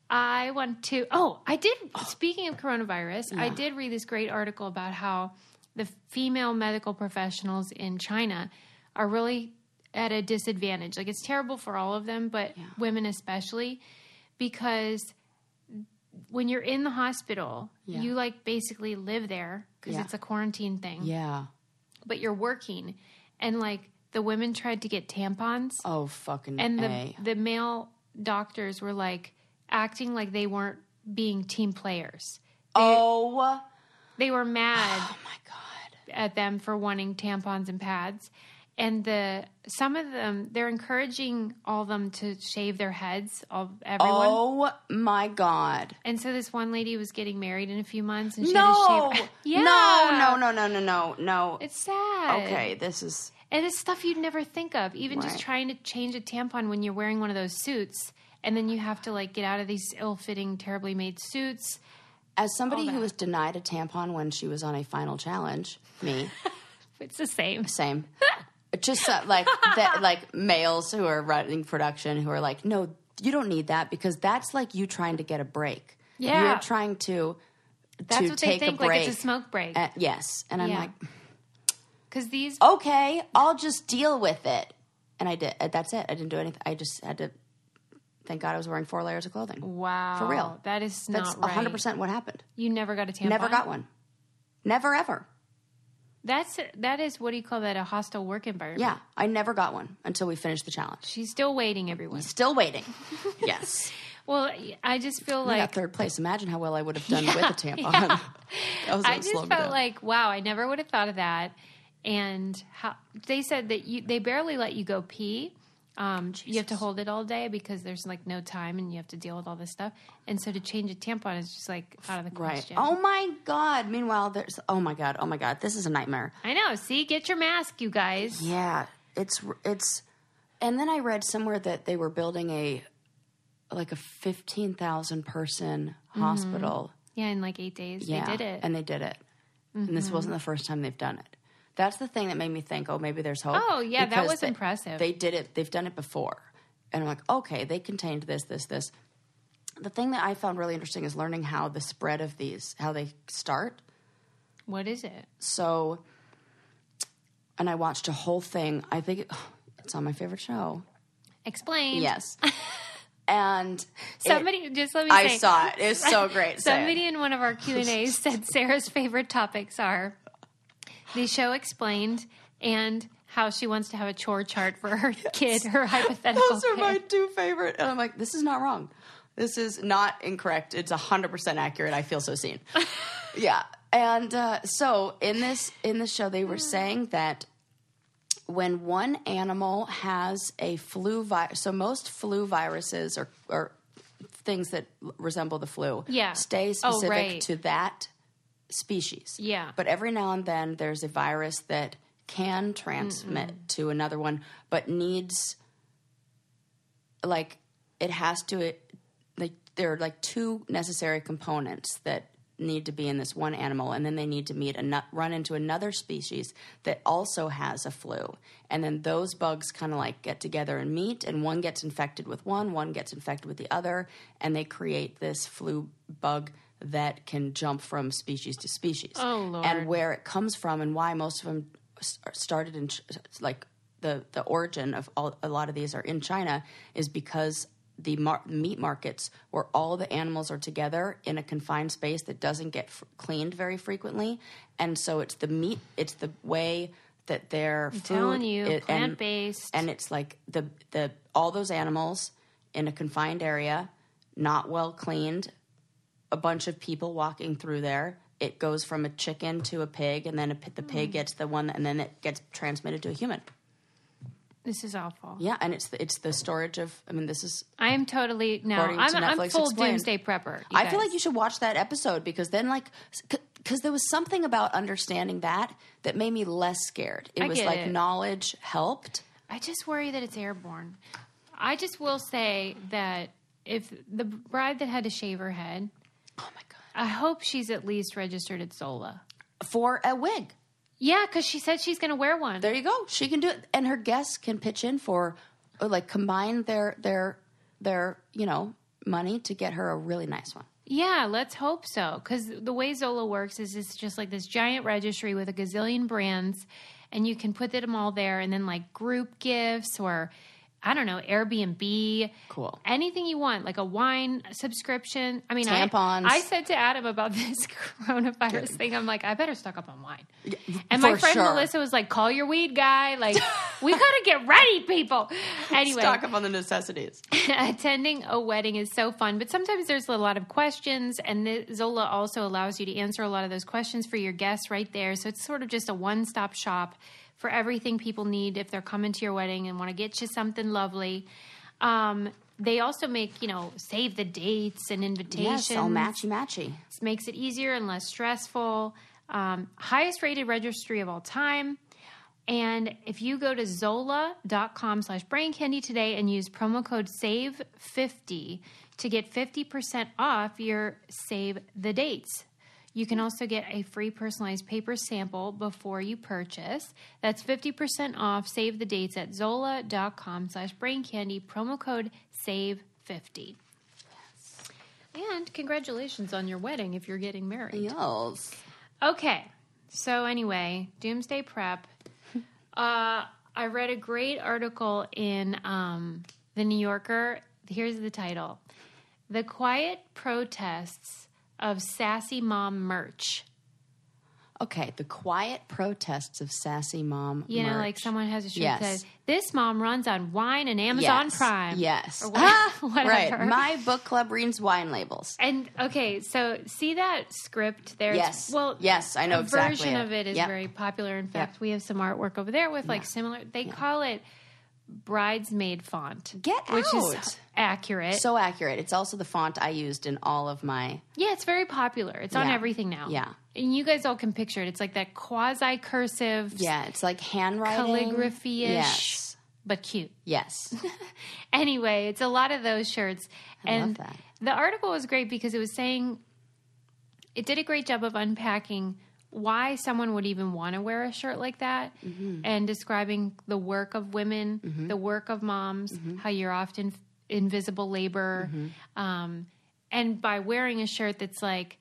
Speaker 2: I want to. Oh, I did. Speaking of coronavirus, I did read this great article about how the female medical professionals in China are really at a disadvantage. Like, it's terrible for all of them, but women especially, because when you're in the hospital,
Speaker 1: Yeah.
Speaker 2: you like basically live there because
Speaker 1: Yeah.
Speaker 2: it's a quarantine thing,
Speaker 1: Yeah.
Speaker 2: but you're working. And like, the women tried to get tampons
Speaker 1: Oh fucking
Speaker 2: and the
Speaker 1: A.
Speaker 2: the male doctors were like acting like they weren't being team players.
Speaker 1: oh
Speaker 2: They were mad
Speaker 1: my god.
Speaker 2: at them for wanting tampons and pads. And the some of them they're encouraging all of them to shave their heads, all everyone.
Speaker 1: Oh my god.
Speaker 2: And so this one lady was getting married in a few months and she
Speaker 1: No.
Speaker 2: had to shave.
Speaker 1: No, no, no, no, no, no. No.
Speaker 2: It's sad.
Speaker 1: okay, this is
Speaker 2: And it's stuff you'd never think of, even just
Speaker 1: Right.
Speaker 2: trying to change a tampon when you're wearing one of those suits. And then you have to like get out of these ill fitting, terribly made suits.
Speaker 1: as somebody who was denied a tampon when she was on a final challenge, me.
Speaker 2: It's the same.
Speaker 1: Same. Just uh, like that, like males who are running production who are like, no, you don't need that because that's like you trying to get a break.
Speaker 2: Yeah.
Speaker 1: you're trying to.
Speaker 2: That's
Speaker 1: to
Speaker 2: what they
Speaker 1: take
Speaker 2: think,
Speaker 1: a break.
Speaker 2: like it's a smoke break.
Speaker 1: Uh, yes, and Oh, I'm
Speaker 2: Yeah.
Speaker 1: like,
Speaker 2: Because these,
Speaker 1: okay, I'll just deal with it. And I did. uh, That's it. I didn't do anything. I just had to. Thank God I was wearing four layers of clothing.
Speaker 2: wow,
Speaker 1: for real.
Speaker 2: that is
Speaker 1: That's
Speaker 2: not right.
Speaker 1: 100 percent what happened.
Speaker 2: You never got a tampon.
Speaker 1: Never got one. Never ever.
Speaker 2: That's that is what do you call that? A hostile work environment.
Speaker 1: Yeah, I never got one until we finished the challenge.
Speaker 2: she's still waiting, everyone.
Speaker 1: Still waiting. yes.
Speaker 2: Well, I just feel
Speaker 1: I
Speaker 2: like
Speaker 1: got third place. Imagine how well I would have done with a tampon. that was
Speaker 2: I
Speaker 1: what
Speaker 2: just
Speaker 1: slowed
Speaker 2: felt
Speaker 1: me down.
Speaker 2: like, wow, I never would have thought of that. And how they said that you they barely let you go pee. Um, you have to hold it all day because there's like no time, and you have to deal with all this stuff. And so to change a tampon is just like out of the
Speaker 1: right.
Speaker 2: question.
Speaker 1: Oh my god. Meanwhile, there's oh my god. Oh my god. This is a nightmare.
Speaker 2: I know. See, get your mask, you guys.
Speaker 1: Yeah, it's it's, and then I read somewhere that they were building a, like a fifteen thousand person hospital.
Speaker 2: Yeah, in like eight days
Speaker 1: Yeah,
Speaker 2: they did it.
Speaker 1: and they did it, and this wasn't the first time they've done it. That's the thing that made me think, oh, maybe there's hope.
Speaker 2: Oh, yeah, that
Speaker 1: because
Speaker 2: was
Speaker 1: they-
Speaker 2: impressive.
Speaker 1: They did it. They've done it before, and I'm like, okay, they contained this, this, this. The thing that I found really interesting is learning how the spread of these, how they start.
Speaker 2: What is it?
Speaker 1: So, and I watched a whole thing. I think it- it's on my favorite show.
Speaker 2: Explain.
Speaker 1: Yes. and
Speaker 2: Somebody just let me
Speaker 1: I
Speaker 2: say.
Speaker 1: saw it. It's so great. Say it.
Speaker 2: Somebody in one of our Q and A's said Sarah's favorite topics are the show explained and how she wants to have a chore chart for her kid, her hypothetical.
Speaker 1: Those are
Speaker 2: kid.
Speaker 1: my two favorite. And I'm like, this is not wrong. This is not incorrect. It's 100% accurate. I feel so seen. yeah. And uh, so in this in the show, they were
Speaker 2: Hmm.
Speaker 1: saying that when one animal has a flu virus, so most flu viruses or, or things that l- resemble the flu
Speaker 2: Yeah.
Speaker 1: stay
Speaker 2: Oh,
Speaker 1: specific
Speaker 2: right.
Speaker 1: to that species.
Speaker 2: Yeah.
Speaker 1: But every now and then there's a virus that can transmit to another one, but needs like it has to it, like there are like two necessary components that need to be in this one animal and then they need to meet and run into another species that also has a flu and then those bugs kind of like get together and meet and one gets infected with one one gets infected with the other and they create this flu bug that can jump from species to species
Speaker 2: Oh, Lord.
Speaker 1: and where it comes from and why most of them s- started in Ch- like the the origin of all, a lot of these are in China is because the mar- meat markets where all the animals are together in a confined space that doesn't get f- cleaned very frequently and so it's the meat it's the way that their food
Speaker 2: telling you,
Speaker 1: i- and-
Speaker 2: plant-based.
Speaker 1: and it's like the the all those animals in a confined area not well cleaned a bunch of people walking through there. It goes from a chicken to a pig, and then a, pi- the
Speaker 2: Hmm.
Speaker 1: pig gets the one, and then it gets transmitted to a human.
Speaker 2: This is awful.
Speaker 1: Yeah, and it's the, it's the storage of. I mean, this is.
Speaker 2: I am totally no.
Speaker 1: According to
Speaker 2: I'm, I'm
Speaker 1: Netflix
Speaker 2: full
Speaker 1: Explained.
Speaker 2: doomsday prepper.
Speaker 1: I feel like
Speaker 2: guys.
Speaker 1: you should watch that episode because then, like, because there was something about understanding that that made me less scared. It
Speaker 2: I
Speaker 1: was
Speaker 2: get
Speaker 1: like
Speaker 2: it.
Speaker 1: knowledge helped.
Speaker 2: I just worry that it's airborne. I just will say that if the bride that had to shave her head,
Speaker 1: Oh my god!
Speaker 2: I hope she's at least registered at Zola.
Speaker 1: For a wig,
Speaker 2: Yeah, because she said she's going to wear one.
Speaker 1: there you go. She can do it, and her guests can pitch in for, or like, combine their their their you know money to get her a really nice one.
Speaker 2: Yeah, let's hope so. Because the way Zola works is it's just like this giant registry with a gazillion brands, and you can put them all there, and then like group gifts or I don't know Airbnb,
Speaker 1: Cool.
Speaker 2: anything you want, like a wine subscription. I mean, I-
Speaker 1: Tampons.
Speaker 2: I, said to Adam about this coronavirus thing. I'm like, I better stock up on wine. and
Speaker 1: for
Speaker 2: my friend
Speaker 1: sure.
Speaker 2: Melissa was like, "Call your weed guy." Like, we gotta get ready, people. Anyway,
Speaker 1: stock up on the necessities.
Speaker 2: attending a wedding is so fun, but sometimes there's a lot of questions, and the, Zola also allows you to answer a lot of those questions for your guests right there. So it's sort of just a one stop shop for everything people need if they're coming to your wedding and want to get you something lovely. Um, they also make, you know, save the dates and invitations.
Speaker 1: Yes, all matchy matchy.
Speaker 2: It makes it easier and less stressful. Um, highest rated registry of all time. And if you go to zola.com slash brain candy today and use promo code SAVE50 to get 50% off your Save the Dates. You can also get a free personalized paper sample before you purchase. That's 50% off. Save the dates at zola.com slash brain candy, promo code SAVE50. And congratulations on your wedding if you're getting married.
Speaker 1: Yes.
Speaker 2: Okay. So anyway, doomsday prep. Uh, I read a great article in um, the New Yorker. Here's the title: "The Quiet Protests of Sassy Mom Merch."
Speaker 1: Okay, the quiet protests of sassy mom.
Speaker 2: You know,
Speaker 1: merch.
Speaker 2: like someone has a shirt
Speaker 1: Yes.
Speaker 2: that says, "This mom runs on wine and Amazon
Speaker 1: Yes,
Speaker 2: Prime."
Speaker 1: Yes.
Speaker 2: or
Speaker 1: Ah,
Speaker 2: whatever. whatever.
Speaker 1: Right. My book club reads wine labels.
Speaker 2: And okay, so see that script there.
Speaker 1: Yes.
Speaker 2: Well,
Speaker 1: Yes, I know
Speaker 2: a
Speaker 1: exactly
Speaker 2: Version
Speaker 1: it.
Speaker 2: of it is
Speaker 1: Yep.
Speaker 2: very popular. In fact, we have some artwork over there with like similar. They call it bridesmaid font.
Speaker 1: Get
Speaker 2: which
Speaker 1: out.
Speaker 2: is accurate.
Speaker 1: So accurate. It's also the font I used in all of my.
Speaker 2: yeah, it's very popular. It's on
Speaker 1: Yeah.
Speaker 2: everything now.
Speaker 1: Yeah.
Speaker 2: and you guys all can picture it. It's like that quasi cursive,
Speaker 1: Yeah, it's like handwriting.
Speaker 2: calligraphy ish,
Speaker 1: Yes.
Speaker 2: but cute.
Speaker 1: Yes.
Speaker 2: anyway, it's a lot of those shirts. and
Speaker 1: love that.
Speaker 2: the article was great because it was saying it did a great job of unpacking why someone would even want to wear a shirt like that
Speaker 1: Mm-hmm.
Speaker 2: and describing the work of women, the work of moms,
Speaker 1: Mm-hmm.
Speaker 2: how you're often f- invisible labor. Um, and by wearing a shirt that's like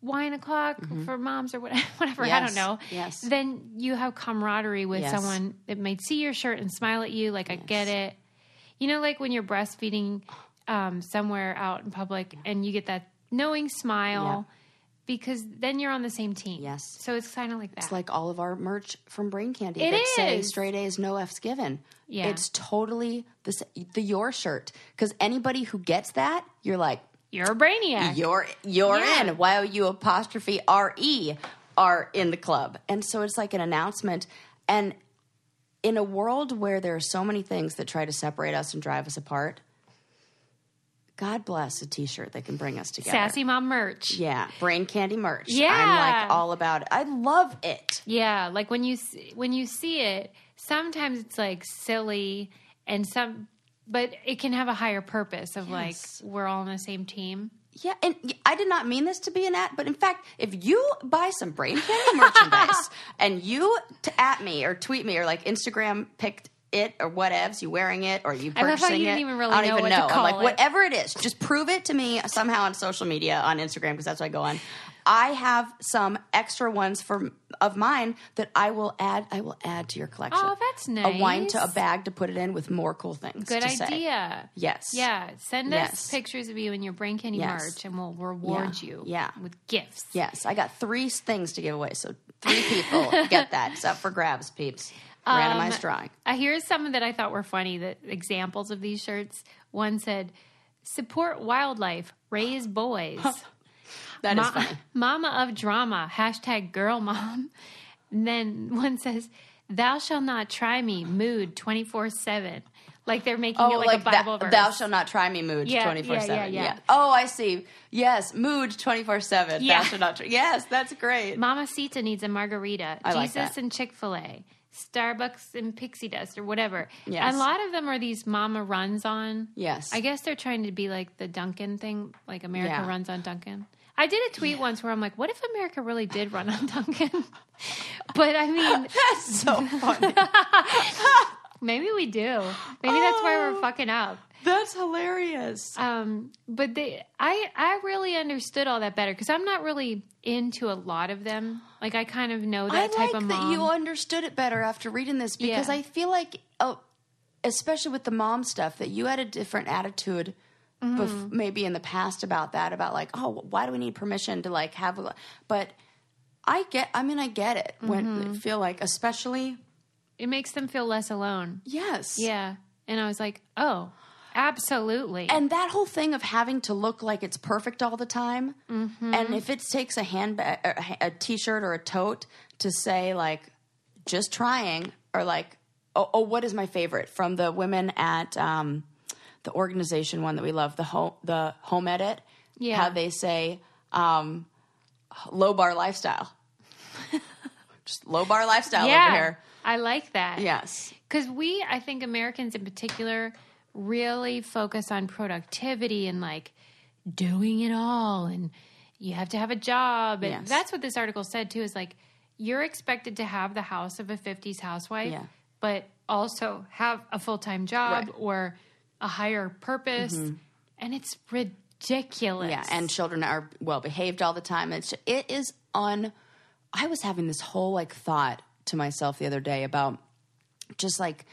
Speaker 2: wine o'clock for moms or whatever, whatever I
Speaker 1: Mm-hmm. Yes,
Speaker 2: don't know,
Speaker 1: yes.
Speaker 2: then you have camaraderie with
Speaker 1: Yes.
Speaker 2: someone that might see your shirt and smile at you, like, I get it. You know, like when you're breastfeeding um, somewhere out in public and you get that knowing smile because then you're on the same team.
Speaker 1: Yes.
Speaker 2: So it's kind of like that.
Speaker 1: It's like all of our merch from Brain Candy
Speaker 2: It
Speaker 1: that say
Speaker 2: is.
Speaker 1: straight A's, no F's given.
Speaker 2: Yeah.
Speaker 1: It's totally the, s- the your shirt. Because anybody who gets that, you're like,
Speaker 2: you're a brainiac.
Speaker 1: you're you're
Speaker 2: Yeah.
Speaker 1: in y o u apostrophe r e are in the club and so it's like an announcement and in a world where there are so many things that try to separate us and drive us apart god bless a t-shirt that can bring us together
Speaker 2: Sassy mom merch.
Speaker 1: yeah brain candy merch i'm
Speaker 2: Yeah.
Speaker 1: like all about it i love it
Speaker 2: Yeah, like when you s- when you see it, sometimes it's like silly and some but it can have a higher purpose of
Speaker 1: Yes.
Speaker 2: like we're all on the same team.
Speaker 1: Yeah, and y- I did not mean this to be an at, but in fact, if you buy some brain candy merchandise and you t- at me or tweet me or like Instagram picked it or whatevs, you wearing it or you
Speaker 2: I love how you
Speaker 1: purchasing it.
Speaker 2: didn't even really
Speaker 1: I don't
Speaker 2: know
Speaker 1: even
Speaker 2: what to
Speaker 1: know. I'm
Speaker 2: call
Speaker 1: like
Speaker 2: it.
Speaker 1: whatever it is, just prove it to me somehow on social media on Instagram because that's what I go on. I have some extra ones for of mine that I will add. I will add to your collection.
Speaker 2: Oh, that's
Speaker 1: A wine to a
Speaker 2: nice.
Speaker 1: bag to put it in with more cool things.
Speaker 2: Good
Speaker 1: to say.
Speaker 2: idea.
Speaker 1: Yes.
Speaker 2: Yeah, send
Speaker 1: Yes.
Speaker 2: us pictures of you in your brain candy
Speaker 1: Yes.
Speaker 2: merch and we'll reward
Speaker 1: Yeah.
Speaker 2: you
Speaker 1: Yeah.
Speaker 2: with gifts.
Speaker 1: Yes, I got three things to give away, so three people get that. It's up for grabs, peeps. Randomized drawing.
Speaker 2: Uh, here's some that I thought were funny. That examples of these shirts. One said, "Support wildlife, raise boys."
Speaker 1: That is
Speaker 2: Ma-
Speaker 1: funny.
Speaker 2: Mama of drama. Hashtag girl mom. And then one says, "Thou shall not try me." Mood twenty four seven. Like they're making it Oh, like, a
Speaker 1: Oh, that-
Speaker 2: Bible verse.
Speaker 1: thou shall not try me, mood
Speaker 2: Yeah,
Speaker 1: twenty four
Speaker 2: yeah, yeah,
Speaker 1: seven.
Speaker 2: yeah.
Speaker 1: Yeah. Oh, I see. Yes, mood twenty four seven. Thou
Speaker 2: Yeah.
Speaker 1: shall not. Try- yes, that's great.
Speaker 2: Mama Sita needs a margarita.
Speaker 1: I like
Speaker 2: Jesus
Speaker 1: that.
Speaker 2: and Chick fil A. Starbucks and pixie dust or whatever.
Speaker 1: Yes.
Speaker 2: A lot of them are these mama runs on.
Speaker 1: Yes.
Speaker 2: I guess they're trying to be like the Duncan thing, like America
Speaker 1: Yeah.
Speaker 2: runs on Duncan. I did a tweet once where I'm like, what if America really did run on Duncan? but I mean,
Speaker 1: That's so funny.
Speaker 2: maybe we do. Maybe that's why
Speaker 1: Oh.
Speaker 2: we're fucking up.
Speaker 1: that's hilarious.
Speaker 2: Um, but they, I, I really understood all that better because I'm not really into a lot of them. Like I kind of know that
Speaker 1: I
Speaker 2: type
Speaker 1: like
Speaker 2: of
Speaker 1: that
Speaker 2: mom.
Speaker 1: you understood it better after reading this because
Speaker 2: Yeah.
Speaker 1: I feel like, oh, especially with the mom stuff, that you had a different attitude.
Speaker 2: Mm-hmm.
Speaker 1: Bef- maybe in the past about that about like oh why do we need permission to like have a but i get i mean i get it
Speaker 2: Mm-hmm.
Speaker 1: when I feel like especially
Speaker 2: it makes them feel less alone.
Speaker 1: yes
Speaker 2: Yeah. And I was like, oh, absolutely.
Speaker 1: and that whole thing of having to look like it's perfect all the time
Speaker 2: Mm-hmm.
Speaker 1: and if it takes a handbag or a ha- a t-shirt or a tote to say like just trying or like oh, oh what is my favorite from the women at um, the organization one that we love the home the home edit
Speaker 2: Yeah.
Speaker 1: how they say um, low bar lifestyle just low bar lifestyle
Speaker 2: yeah.
Speaker 1: over here
Speaker 2: I like that.
Speaker 1: yes
Speaker 2: Because we, I think Americans in particular, really focus on productivity and like doing it all. And you have to have a job. And
Speaker 1: Yes.
Speaker 2: that's what this article said too is like, you're expected to have the house of a 50s housewife,
Speaker 1: Yeah.
Speaker 2: but also have a full time job
Speaker 1: Right. Mm-hmm.
Speaker 2: or a higher purpose. And it's ridiculous.
Speaker 1: Yeah, and children are well behaved all the time. It's it is on. I was having this whole like thought to myself the other day about just like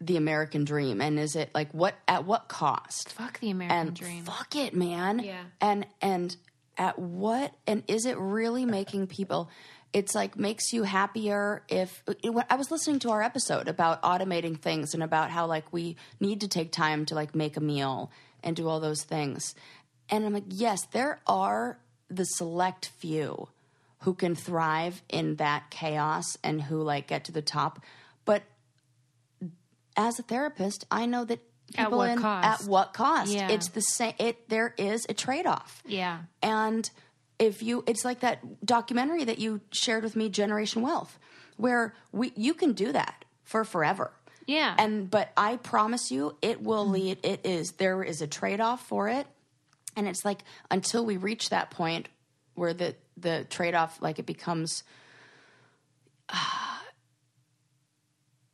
Speaker 1: the American dream, and is it like what at what cost?
Speaker 2: fuck the American
Speaker 1: and
Speaker 2: dream.
Speaker 1: fuck it, man.
Speaker 2: Yeah.
Speaker 1: And and at what and is it really making people? It's like makes you happier if it- when I was listening to our episode about automating things and about how like we need to take time to like make a meal and do all those things. And I'm like, yes, there are the select few who can thrive in that chaos and who like get to the top, but as a therapist, I know that
Speaker 2: At
Speaker 1: people
Speaker 2: what
Speaker 1: in
Speaker 2: cost?
Speaker 1: at what cost?
Speaker 2: Yeah.
Speaker 1: It's the same. It there is a trade off,
Speaker 2: yeah.
Speaker 1: and if you, it's like that documentary that you shared with me, Generation Wealth, where we you can do that for forever.
Speaker 2: Yeah. Mm-hmm.
Speaker 1: And but I promise you, it will lead. It is there is a trade off for it, and it's like until we reach that point where the the trade off like it becomes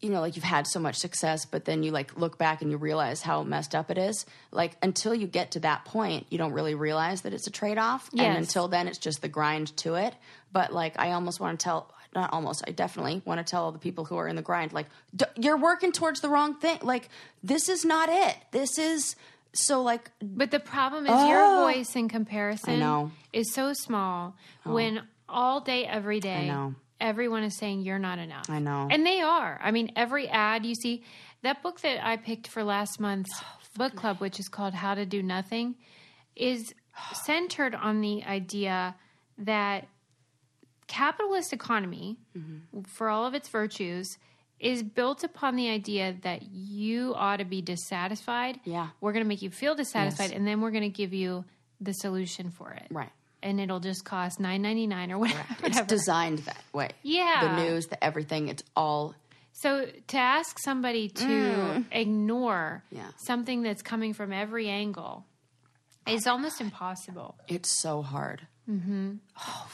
Speaker 1: you know, like you've had so much success, but then you like look back and you realize how messed up it is. Like until you get to that point, you don't really realize that it's a trade off.
Speaker 2: Yes.
Speaker 1: And until then, it's just the grind to it. But like, I almost want to tell, not almost, I definitely want to tell all the people who are in the grind, like, D- you're working towards the wrong thing. Like, this is not it. This is so like,
Speaker 2: But the problem is your voice in comparison
Speaker 1: Oh. I know. Oh.
Speaker 2: is so small when all day, every day,
Speaker 1: know.
Speaker 2: everyone is saying you're not enough.
Speaker 1: I know.
Speaker 2: And they are. I mean, every ad you see, that book that I picked for last month's
Speaker 1: Oh,
Speaker 2: book club, which is called How to Do Nothing, is centered on the idea that capitalist economy,
Speaker 1: Mm-hmm.
Speaker 2: for all of its virtues, is built upon the idea that you ought to be dissatisfied.
Speaker 1: Yeah.
Speaker 2: We're going to make you feel dissatisfied and then we're going to give you the solution for it.
Speaker 1: right.
Speaker 2: And it'll just cost 9.99 or whatever.
Speaker 1: It's designed that way.
Speaker 2: Yeah.
Speaker 1: The news, the everything, it's all
Speaker 2: So to ask somebody to ignore
Speaker 1: Mm. Yeah.
Speaker 2: something that's coming from every angle is almost impossible.
Speaker 1: It's so hard.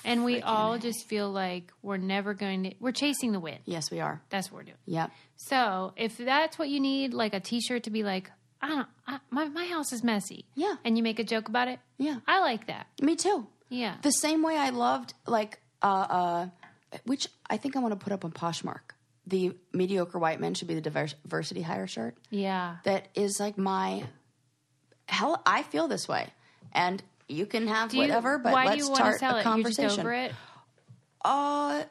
Speaker 2: And we all just feel like we're never going to we're chasing the wind.
Speaker 1: Yes, we are.
Speaker 2: That's what we're doing.
Speaker 1: Yep.
Speaker 2: So if that's what you need, like a T-shirt to be like, I don't, I, my my house is messy.
Speaker 1: Yeah.
Speaker 2: and you make a joke about it.
Speaker 1: Yeah.
Speaker 2: I like that.
Speaker 1: Me too.
Speaker 2: Yeah,
Speaker 1: The same way I loved like uh, uh which I think I want to put up on Poshmark. The mediocre white men should be the divers- diversity hire shirt.
Speaker 2: yeah,
Speaker 1: That is like my hell. I feel this way, and you can have
Speaker 2: Do you-
Speaker 1: whatever. But
Speaker 2: why
Speaker 1: let's
Speaker 2: do you want
Speaker 1: start
Speaker 2: to sell
Speaker 1: a
Speaker 2: it?
Speaker 1: conversation.
Speaker 2: You're just over it.
Speaker 1: Uh,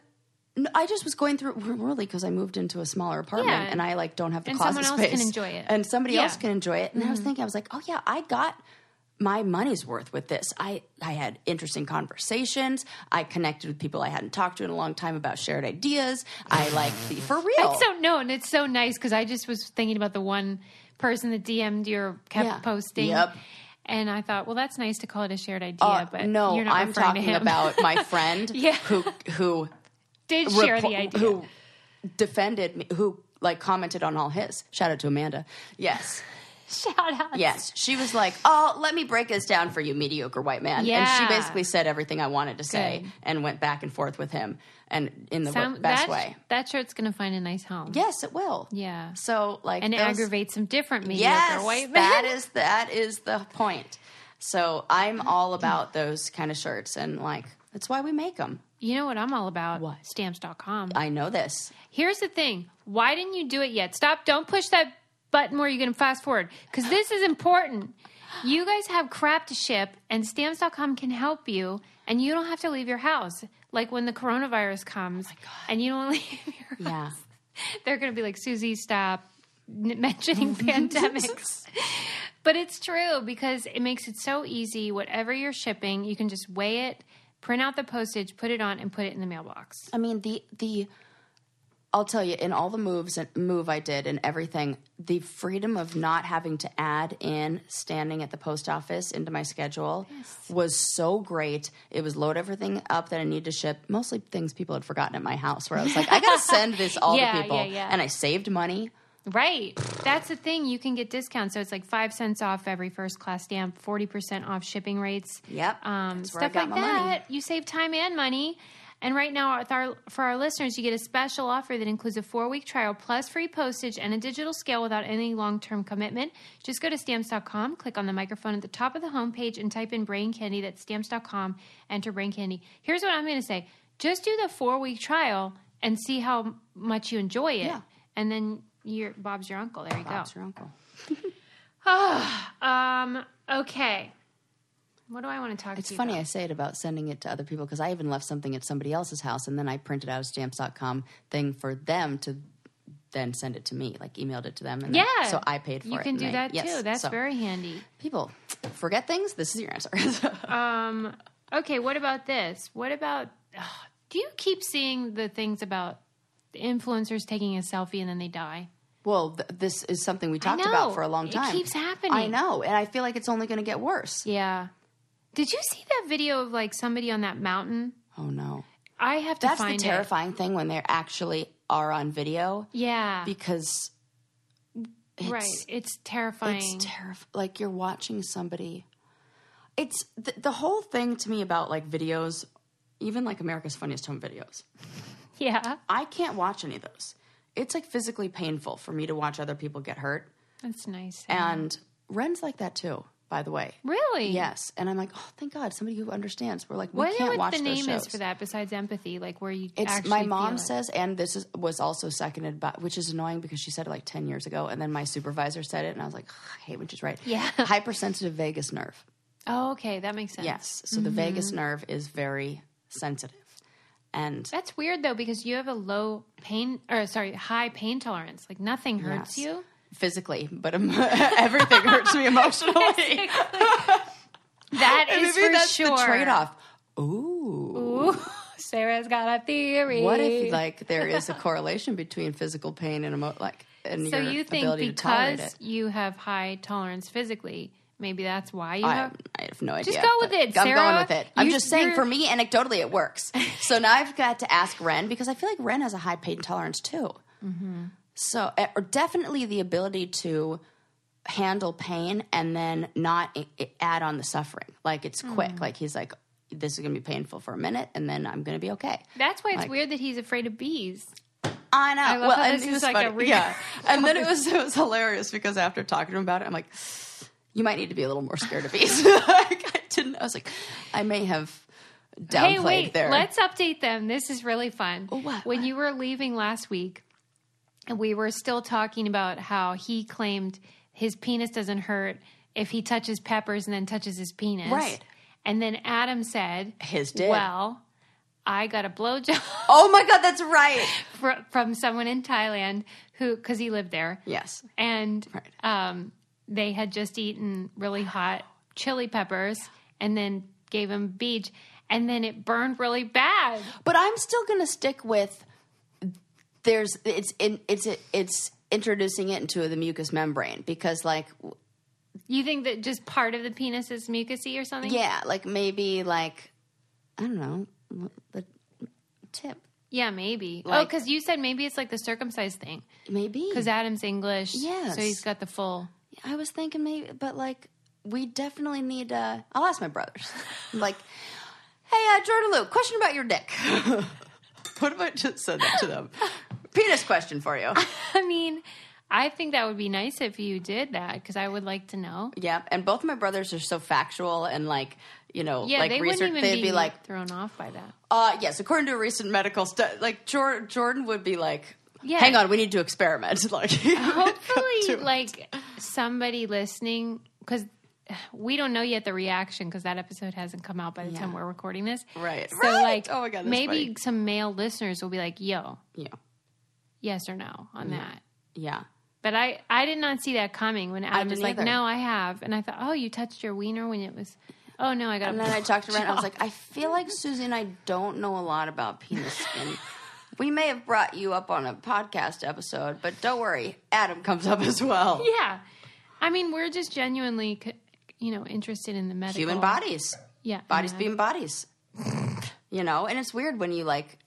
Speaker 1: no, I just was going through really because I moved into a smaller apartment
Speaker 2: Yeah.
Speaker 1: and I like don't have the
Speaker 2: And
Speaker 1: closet
Speaker 2: someone else
Speaker 1: space.
Speaker 2: can enjoy it.
Speaker 1: and somebody
Speaker 2: Yeah. Mm-hmm.
Speaker 1: else can enjoy it. And I was thinking, I was like, oh yeah, I got my money's worth with this. I I had interesting conversations. I connected with people I hadn't talked to in a long time about shared ideas. I like the for real.
Speaker 2: It's so no, and it's so nice because I just was thinking about the one person that DM'd your kept
Speaker 1: Yeah.
Speaker 2: posting.
Speaker 1: Yep.
Speaker 2: And I thought, well, that's nice to call it a shared idea,
Speaker 1: Uh,
Speaker 2: but
Speaker 1: no,
Speaker 2: you're not
Speaker 1: I'm
Speaker 2: referring to
Speaker 1: talking
Speaker 2: him.
Speaker 1: about my friend
Speaker 2: Yeah.
Speaker 1: who who
Speaker 2: did share
Speaker 1: repo-
Speaker 2: the idea.
Speaker 1: Who defended me? Who like commented on all his? Shout out to Amanda. Yes.
Speaker 2: Shout out.
Speaker 1: Yes, she was like, "Oh, let me break this down for you, mediocre white man."
Speaker 2: Yeah.
Speaker 1: And she basically said everything I wanted to say
Speaker 2: Good.
Speaker 1: and went back and forth with him and in the
Speaker 2: Some-
Speaker 1: wo- best
Speaker 2: that,
Speaker 1: way.
Speaker 2: That shirt's going to find a nice home.
Speaker 1: Yes, it will.
Speaker 2: Yeah.
Speaker 1: So like
Speaker 2: and
Speaker 1: those-
Speaker 2: aggravate some different mediocre
Speaker 1: Yes,
Speaker 2: white men.
Speaker 1: that is that is the point. So I'm all about those kind of shirts and like that's why we make them.
Speaker 2: You know what I'm all about?
Speaker 1: What?
Speaker 2: Stamps.com.
Speaker 1: I know this.
Speaker 2: Here's the thing. Why didn't you do it yet? Stop. Don't push that button where you're going to fast forward because this is important. You guys have crap to ship, and stamps.com can help you, and you don't have to leave your house. Like when the coronavirus comes and you don't leave your
Speaker 1: Yeah.
Speaker 2: house, they're going to be like, Susie, stop n- mentioning pandemics. But it's true because it makes it so easy. Whatever you're shipping, you can just weigh it, print out the postage, put it on, and put it in the mailbox.
Speaker 1: I mean the the I'll tell you in all the moves and move I did and everything, the freedom of not having to add in standing at the post office into my schedule was so great. It was load everything up that I needed to ship, mostly things people had forgotten at my house where I was like, I gotta send this all
Speaker 2: Yeah,
Speaker 1: to people.
Speaker 2: yeah, yeah.
Speaker 1: And I saved money.
Speaker 2: Right. That's the thing. You can get discounts. So it's like five cents off every first class stamp, 40% off shipping rates.
Speaker 1: Yep.
Speaker 2: Um,
Speaker 1: That's
Speaker 2: stuff
Speaker 1: where I
Speaker 2: like
Speaker 1: got my money.
Speaker 2: that. You save time and money. And right now, with our, for our listeners, you get a special offer that includes a four week trial plus free postage and a digital scale without any long term commitment. Just go to stamps.com, click on the microphone at the top of the homepage, and type in brain candy. That's stamps.com. Enter brain candy. Here's what I'm going to say just do the four week trial and see how much you enjoy it.
Speaker 1: Yeah.
Speaker 2: And then you're, Bob's your uncle. There you
Speaker 1: Bob's
Speaker 2: go.
Speaker 1: your uncle.
Speaker 2: Um, okay. What do I want to talk
Speaker 1: It's
Speaker 2: to you
Speaker 1: funny
Speaker 2: about?
Speaker 1: I say it about sending it to other people because I even left something at somebody else's house and then I printed out a stamps.com thing for them to then send it to me, like emailed it to them. And then-
Speaker 2: Yeah.
Speaker 1: so I paid for
Speaker 2: you
Speaker 1: it.
Speaker 2: can
Speaker 1: and
Speaker 2: do
Speaker 1: I-
Speaker 2: that
Speaker 1: yes,
Speaker 2: too. That's
Speaker 1: so
Speaker 2: very handy.
Speaker 1: People forget things. This is your answer.
Speaker 2: Um, Okay, what about this? What about ugh, do you keep seeing the things about the influencers taking a selfie and then they die?
Speaker 1: well, th- this is something we talked
Speaker 2: know.
Speaker 1: about for a long
Speaker 2: It
Speaker 1: time.
Speaker 2: keeps happening.
Speaker 1: I know. And I feel like it's only going to get worse.
Speaker 2: Yeah. Did you see that video of like somebody on that mountain?
Speaker 1: Oh, no.
Speaker 2: I have to
Speaker 1: That's the
Speaker 2: find
Speaker 1: terrifying thing when they actually are on video
Speaker 2: it. Yeah.
Speaker 1: because it's,
Speaker 2: right. It's terrifying.
Speaker 1: It's terrifying. Like you're watching somebody. It's th- the whole thing to me about like videos, even like America's Funniest Home Videos.
Speaker 2: yeah.
Speaker 1: I can't watch any of those. it's like physically painful for me to watch other people get hurt.
Speaker 2: That's nice.
Speaker 1: And Ren's like that too, by the way.
Speaker 2: really?
Speaker 1: Yes, and I'm like, oh, thank God, somebody who understands. We're like, we
Speaker 2: What do you
Speaker 1: can't
Speaker 2: know what
Speaker 1: watch
Speaker 2: the
Speaker 1: those
Speaker 2: name
Speaker 1: shows.
Speaker 2: is for that besides empathy? Like where you
Speaker 1: It's
Speaker 2: actually
Speaker 1: my
Speaker 2: feel
Speaker 1: mom
Speaker 2: it.
Speaker 1: says, and this is, was also seconded by, which is annoying because she said it like ten years ago, and then my supervisor said it, and I was like, I hate when she's right.
Speaker 2: Yeah.
Speaker 1: hypersensitive vagus nerve.
Speaker 2: Oh, okay, that makes sense.
Speaker 1: Yes, so the vagus
Speaker 2: Mm-hmm.
Speaker 1: nerve is very sensitive, and
Speaker 2: That's weird though because you have a low pain or sorry, high pain tolerance. Like nothing hurts
Speaker 1: Yes.
Speaker 2: you.
Speaker 1: physically, but em- everything hurts me emotionally.
Speaker 2: That
Speaker 1: And
Speaker 2: is
Speaker 1: maybe
Speaker 2: for
Speaker 1: that's
Speaker 2: sure.
Speaker 1: the trade-off. Ooh.
Speaker 2: Ooh, Sarah's got a theory.
Speaker 1: What if like there is a correlation between physical pain and emo- like and
Speaker 2: So
Speaker 1: your
Speaker 2: you think
Speaker 1: ability to tolerate
Speaker 2: because
Speaker 1: it?
Speaker 2: you have high tolerance physically, maybe that's why you
Speaker 1: I,
Speaker 2: have
Speaker 1: I have no idea.
Speaker 2: Just go with
Speaker 1: but
Speaker 2: it,
Speaker 1: I'm
Speaker 2: Sarah.
Speaker 1: going with it. I'm
Speaker 2: You-
Speaker 1: just saying,
Speaker 2: you're-
Speaker 1: for me, anecdotally, it works. so now I've got to ask Ren because I feel like Ren has a high pain tolerance too.
Speaker 2: Mm-hmm.
Speaker 1: So, eh, or definitely the ability to handle pain and then not i- i- add on the suffering. Like it's quick.
Speaker 2: Mm.
Speaker 1: Like he's like, this is going to be painful for a minute, and then I'm going to be okay.
Speaker 2: That's why it's weird that he's afraid of bees.
Speaker 1: I know.
Speaker 2: love
Speaker 1: well,
Speaker 2: how
Speaker 1: and
Speaker 2: this
Speaker 1: it
Speaker 2: is
Speaker 1: was
Speaker 2: like a
Speaker 1: funny.
Speaker 2: re-
Speaker 1: yeah. And then it was it was hilarious because after talking to him about it, I'm like, you might need to be a little more scared of bees. like, I didn't. I was like, I may have downplayed
Speaker 2: hey, wait,
Speaker 1: there.
Speaker 2: let's update them. This is really fun.
Speaker 1: what?
Speaker 2: When you were leaving last week, we were still talking about how he claimed his penis doesn't hurt if he touches peppers and then touches his penis.
Speaker 1: Right.
Speaker 2: And then Adam said,
Speaker 1: His did.
Speaker 2: Well, I got a blowjob
Speaker 1: oh my god, that's right.
Speaker 2: fr- from someone in Thailand who, because he lived there.
Speaker 1: Yes.
Speaker 2: and um, they had just eaten really hot chili peppers and then gave him beach and then it burned really bad
Speaker 1: But I'm still going to stick with there's it's in, it's it's introducing it into the mucous membrane because like
Speaker 2: you think that just part of the penis is mucousy or something
Speaker 1: yeah, like maybe like I don't know, the tip.
Speaker 2: yeah maybe Oh, 'cause
Speaker 1: Like-
Speaker 2: because you said maybe it's like the circumcised thing
Speaker 1: Maybe.
Speaker 2: because adam's english
Speaker 1: Yes.
Speaker 2: so he's got the full
Speaker 1: I was thinking maybe, but like, we definitely need. Uh, I'll ask my brothers. I'm like, hey, uh, Jordan Luke, question about your dick. what if I just said that to them? Penis question for you.
Speaker 2: i mean i think that would be nice if you did that because i would like to know
Speaker 1: yeah, and both my brothers are so factual and like, you know,
Speaker 2: yeah
Speaker 1: like
Speaker 2: they
Speaker 1: research.
Speaker 2: wouldn't even
Speaker 1: they'd be, like,
Speaker 2: thrown off by that
Speaker 1: uh, yes, according to a recent medical study, like Jor- Jordan would be like,
Speaker 2: Yeah.
Speaker 1: hang on, we need to experiment. Like,
Speaker 2: hopefully like somebody listening because we don't know yet the reaction because that episode hasn't come out by the time we're recording this
Speaker 1: Right.
Speaker 2: so
Speaker 1: Right.
Speaker 2: like
Speaker 1: Oh my God, that's
Speaker 2: maybe
Speaker 1: funny.
Speaker 2: some male listeners will be like yo
Speaker 1: yeah,
Speaker 2: yes or no on
Speaker 1: Mm.
Speaker 2: that
Speaker 1: yeah.
Speaker 2: but I, I did not see that coming when Adam was
Speaker 1: didn't
Speaker 2: like,
Speaker 1: either.
Speaker 2: no, I have. And I thought, oh, you touched your wiener when it was, oh, no, I got
Speaker 1: And
Speaker 2: a
Speaker 1: then I talked to Ren. I was like, I feel like Susie and I don't know a lot about penis skin. we may have brought you up on a podcast episode, but don't worry, Adam comes up as well.
Speaker 2: Yeah. I mean, we're just genuinely, c- you know, interested in the medical.
Speaker 1: Human bodies,
Speaker 2: Yeah.
Speaker 1: bodies
Speaker 2: and, uh,
Speaker 1: being bodies. you know, and it's weird when you like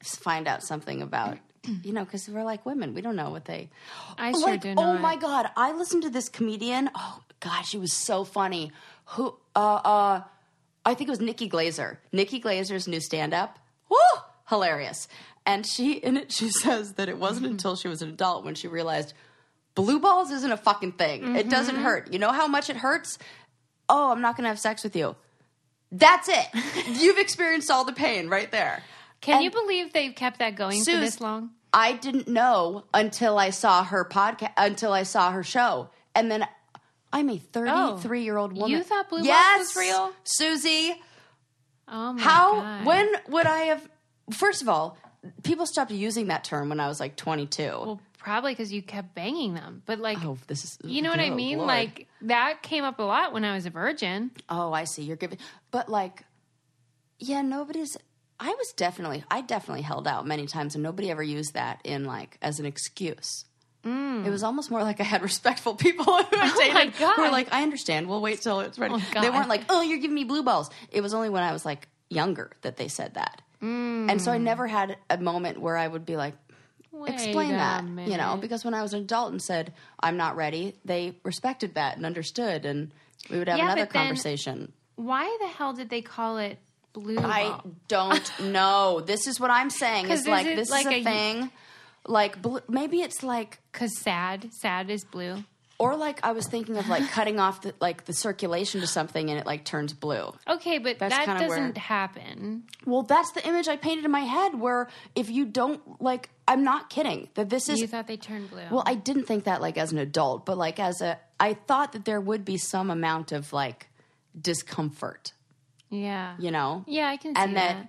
Speaker 1: s- find out something about. You know, because we're like women, we don't know what they.
Speaker 2: I sure
Speaker 1: like,
Speaker 2: do
Speaker 1: Oh
Speaker 2: not.
Speaker 1: my god, I listened to this comedian. Oh god, she was so funny. Who? Uh, uh, I think it was Nikki Glazer. Nikki Glazer's new stand-up. Woo! Hilarious. And she in it, she says that it
Speaker 2: Mm-hmm.
Speaker 1: wasn't until she was an adult when she realized blue balls isn't a fucking thing.
Speaker 2: Mm-hmm.
Speaker 1: It doesn't hurt. You know how much it hurts? Oh, I'm not gonna have sex with you. That's it. You've experienced all the pain right there.
Speaker 2: Can
Speaker 1: and-
Speaker 2: you believe they've kept that going for
Speaker 1: Suze-
Speaker 2: this long?
Speaker 1: I didn't know until I saw her podcast, until I saw her show, and then I'm a 33 year old
Speaker 2: Oh. You
Speaker 1: woman.
Speaker 2: thought Blue Balls was real?
Speaker 1: Susie?
Speaker 2: Oh my
Speaker 1: How?
Speaker 2: God.
Speaker 1: When would I have? First of all, people stopped using that term when I was like 22.
Speaker 2: Well, probably because you kept banging them. But like,
Speaker 1: oh, this is.
Speaker 2: you know what I
Speaker 1: oh,
Speaker 2: mean?
Speaker 1: Lord.
Speaker 2: Like that came up a lot when I was a virgin.
Speaker 1: oh, I see. You're giving, but like, yeah, nobody's. I was definitely, I definitely held out many times, and nobody ever used that in like as an excuse.
Speaker 2: Mm.
Speaker 1: It was almost more like I had respectful people who I dated who were
Speaker 2: Oh God.
Speaker 1: like, "I understand. We'll wait till it's ready." they
Speaker 2: God.
Speaker 1: weren't like, "Oh, you're giving me blue balls." It was only when I was like younger that they said that, and
Speaker 2: Mm.
Speaker 1: so I never had a moment where I would be like, "Explain
Speaker 2: Wait a
Speaker 1: that," you know,
Speaker 2: minute.
Speaker 1: because when I was an adult and said, "I'm not ready," they respected that and understood, and we would have
Speaker 2: Yeah,
Speaker 1: another
Speaker 2: but then-
Speaker 1: conversation.
Speaker 2: Why the hell did they call it blue?
Speaker 1: I
Speaker 2: ball?
Speaker 1: don't know. This is what I'm saying.
Speaker 2: 'Cause
Speaker 1: Is like
Speaker 2: is it
Speaker 1: this
Speaker 2: like
Speaker 1: is a,
Speaker 2: a-
Speaker 1: thing. like bl- maybe it's like
Speaker 2: Cause sad, sad is blue.
Speaker 1: or like I was thinking of like cutting off the, like the circulation to something and it like turns blue.
Speaker 2: Okay, but
Speaker 1: That's
Speaker 2: that
Speaker 1: kinda where-
Speaker 2: doesn't happen.
Speaker 1: Well, that's the image I painted in my head where if you don't like I'm not kidding that this is
Speaker 2: You thought they turned blue.
Speaker 1: well I didn't think that like as an adult, but like as a I thought that there would be some amount of like discomfort,
Speaker 2: yeah.
Speaker 1: you know?
Speaker 2: Yeah, I can see
Speaker 1: and that,
Speaker 2: that.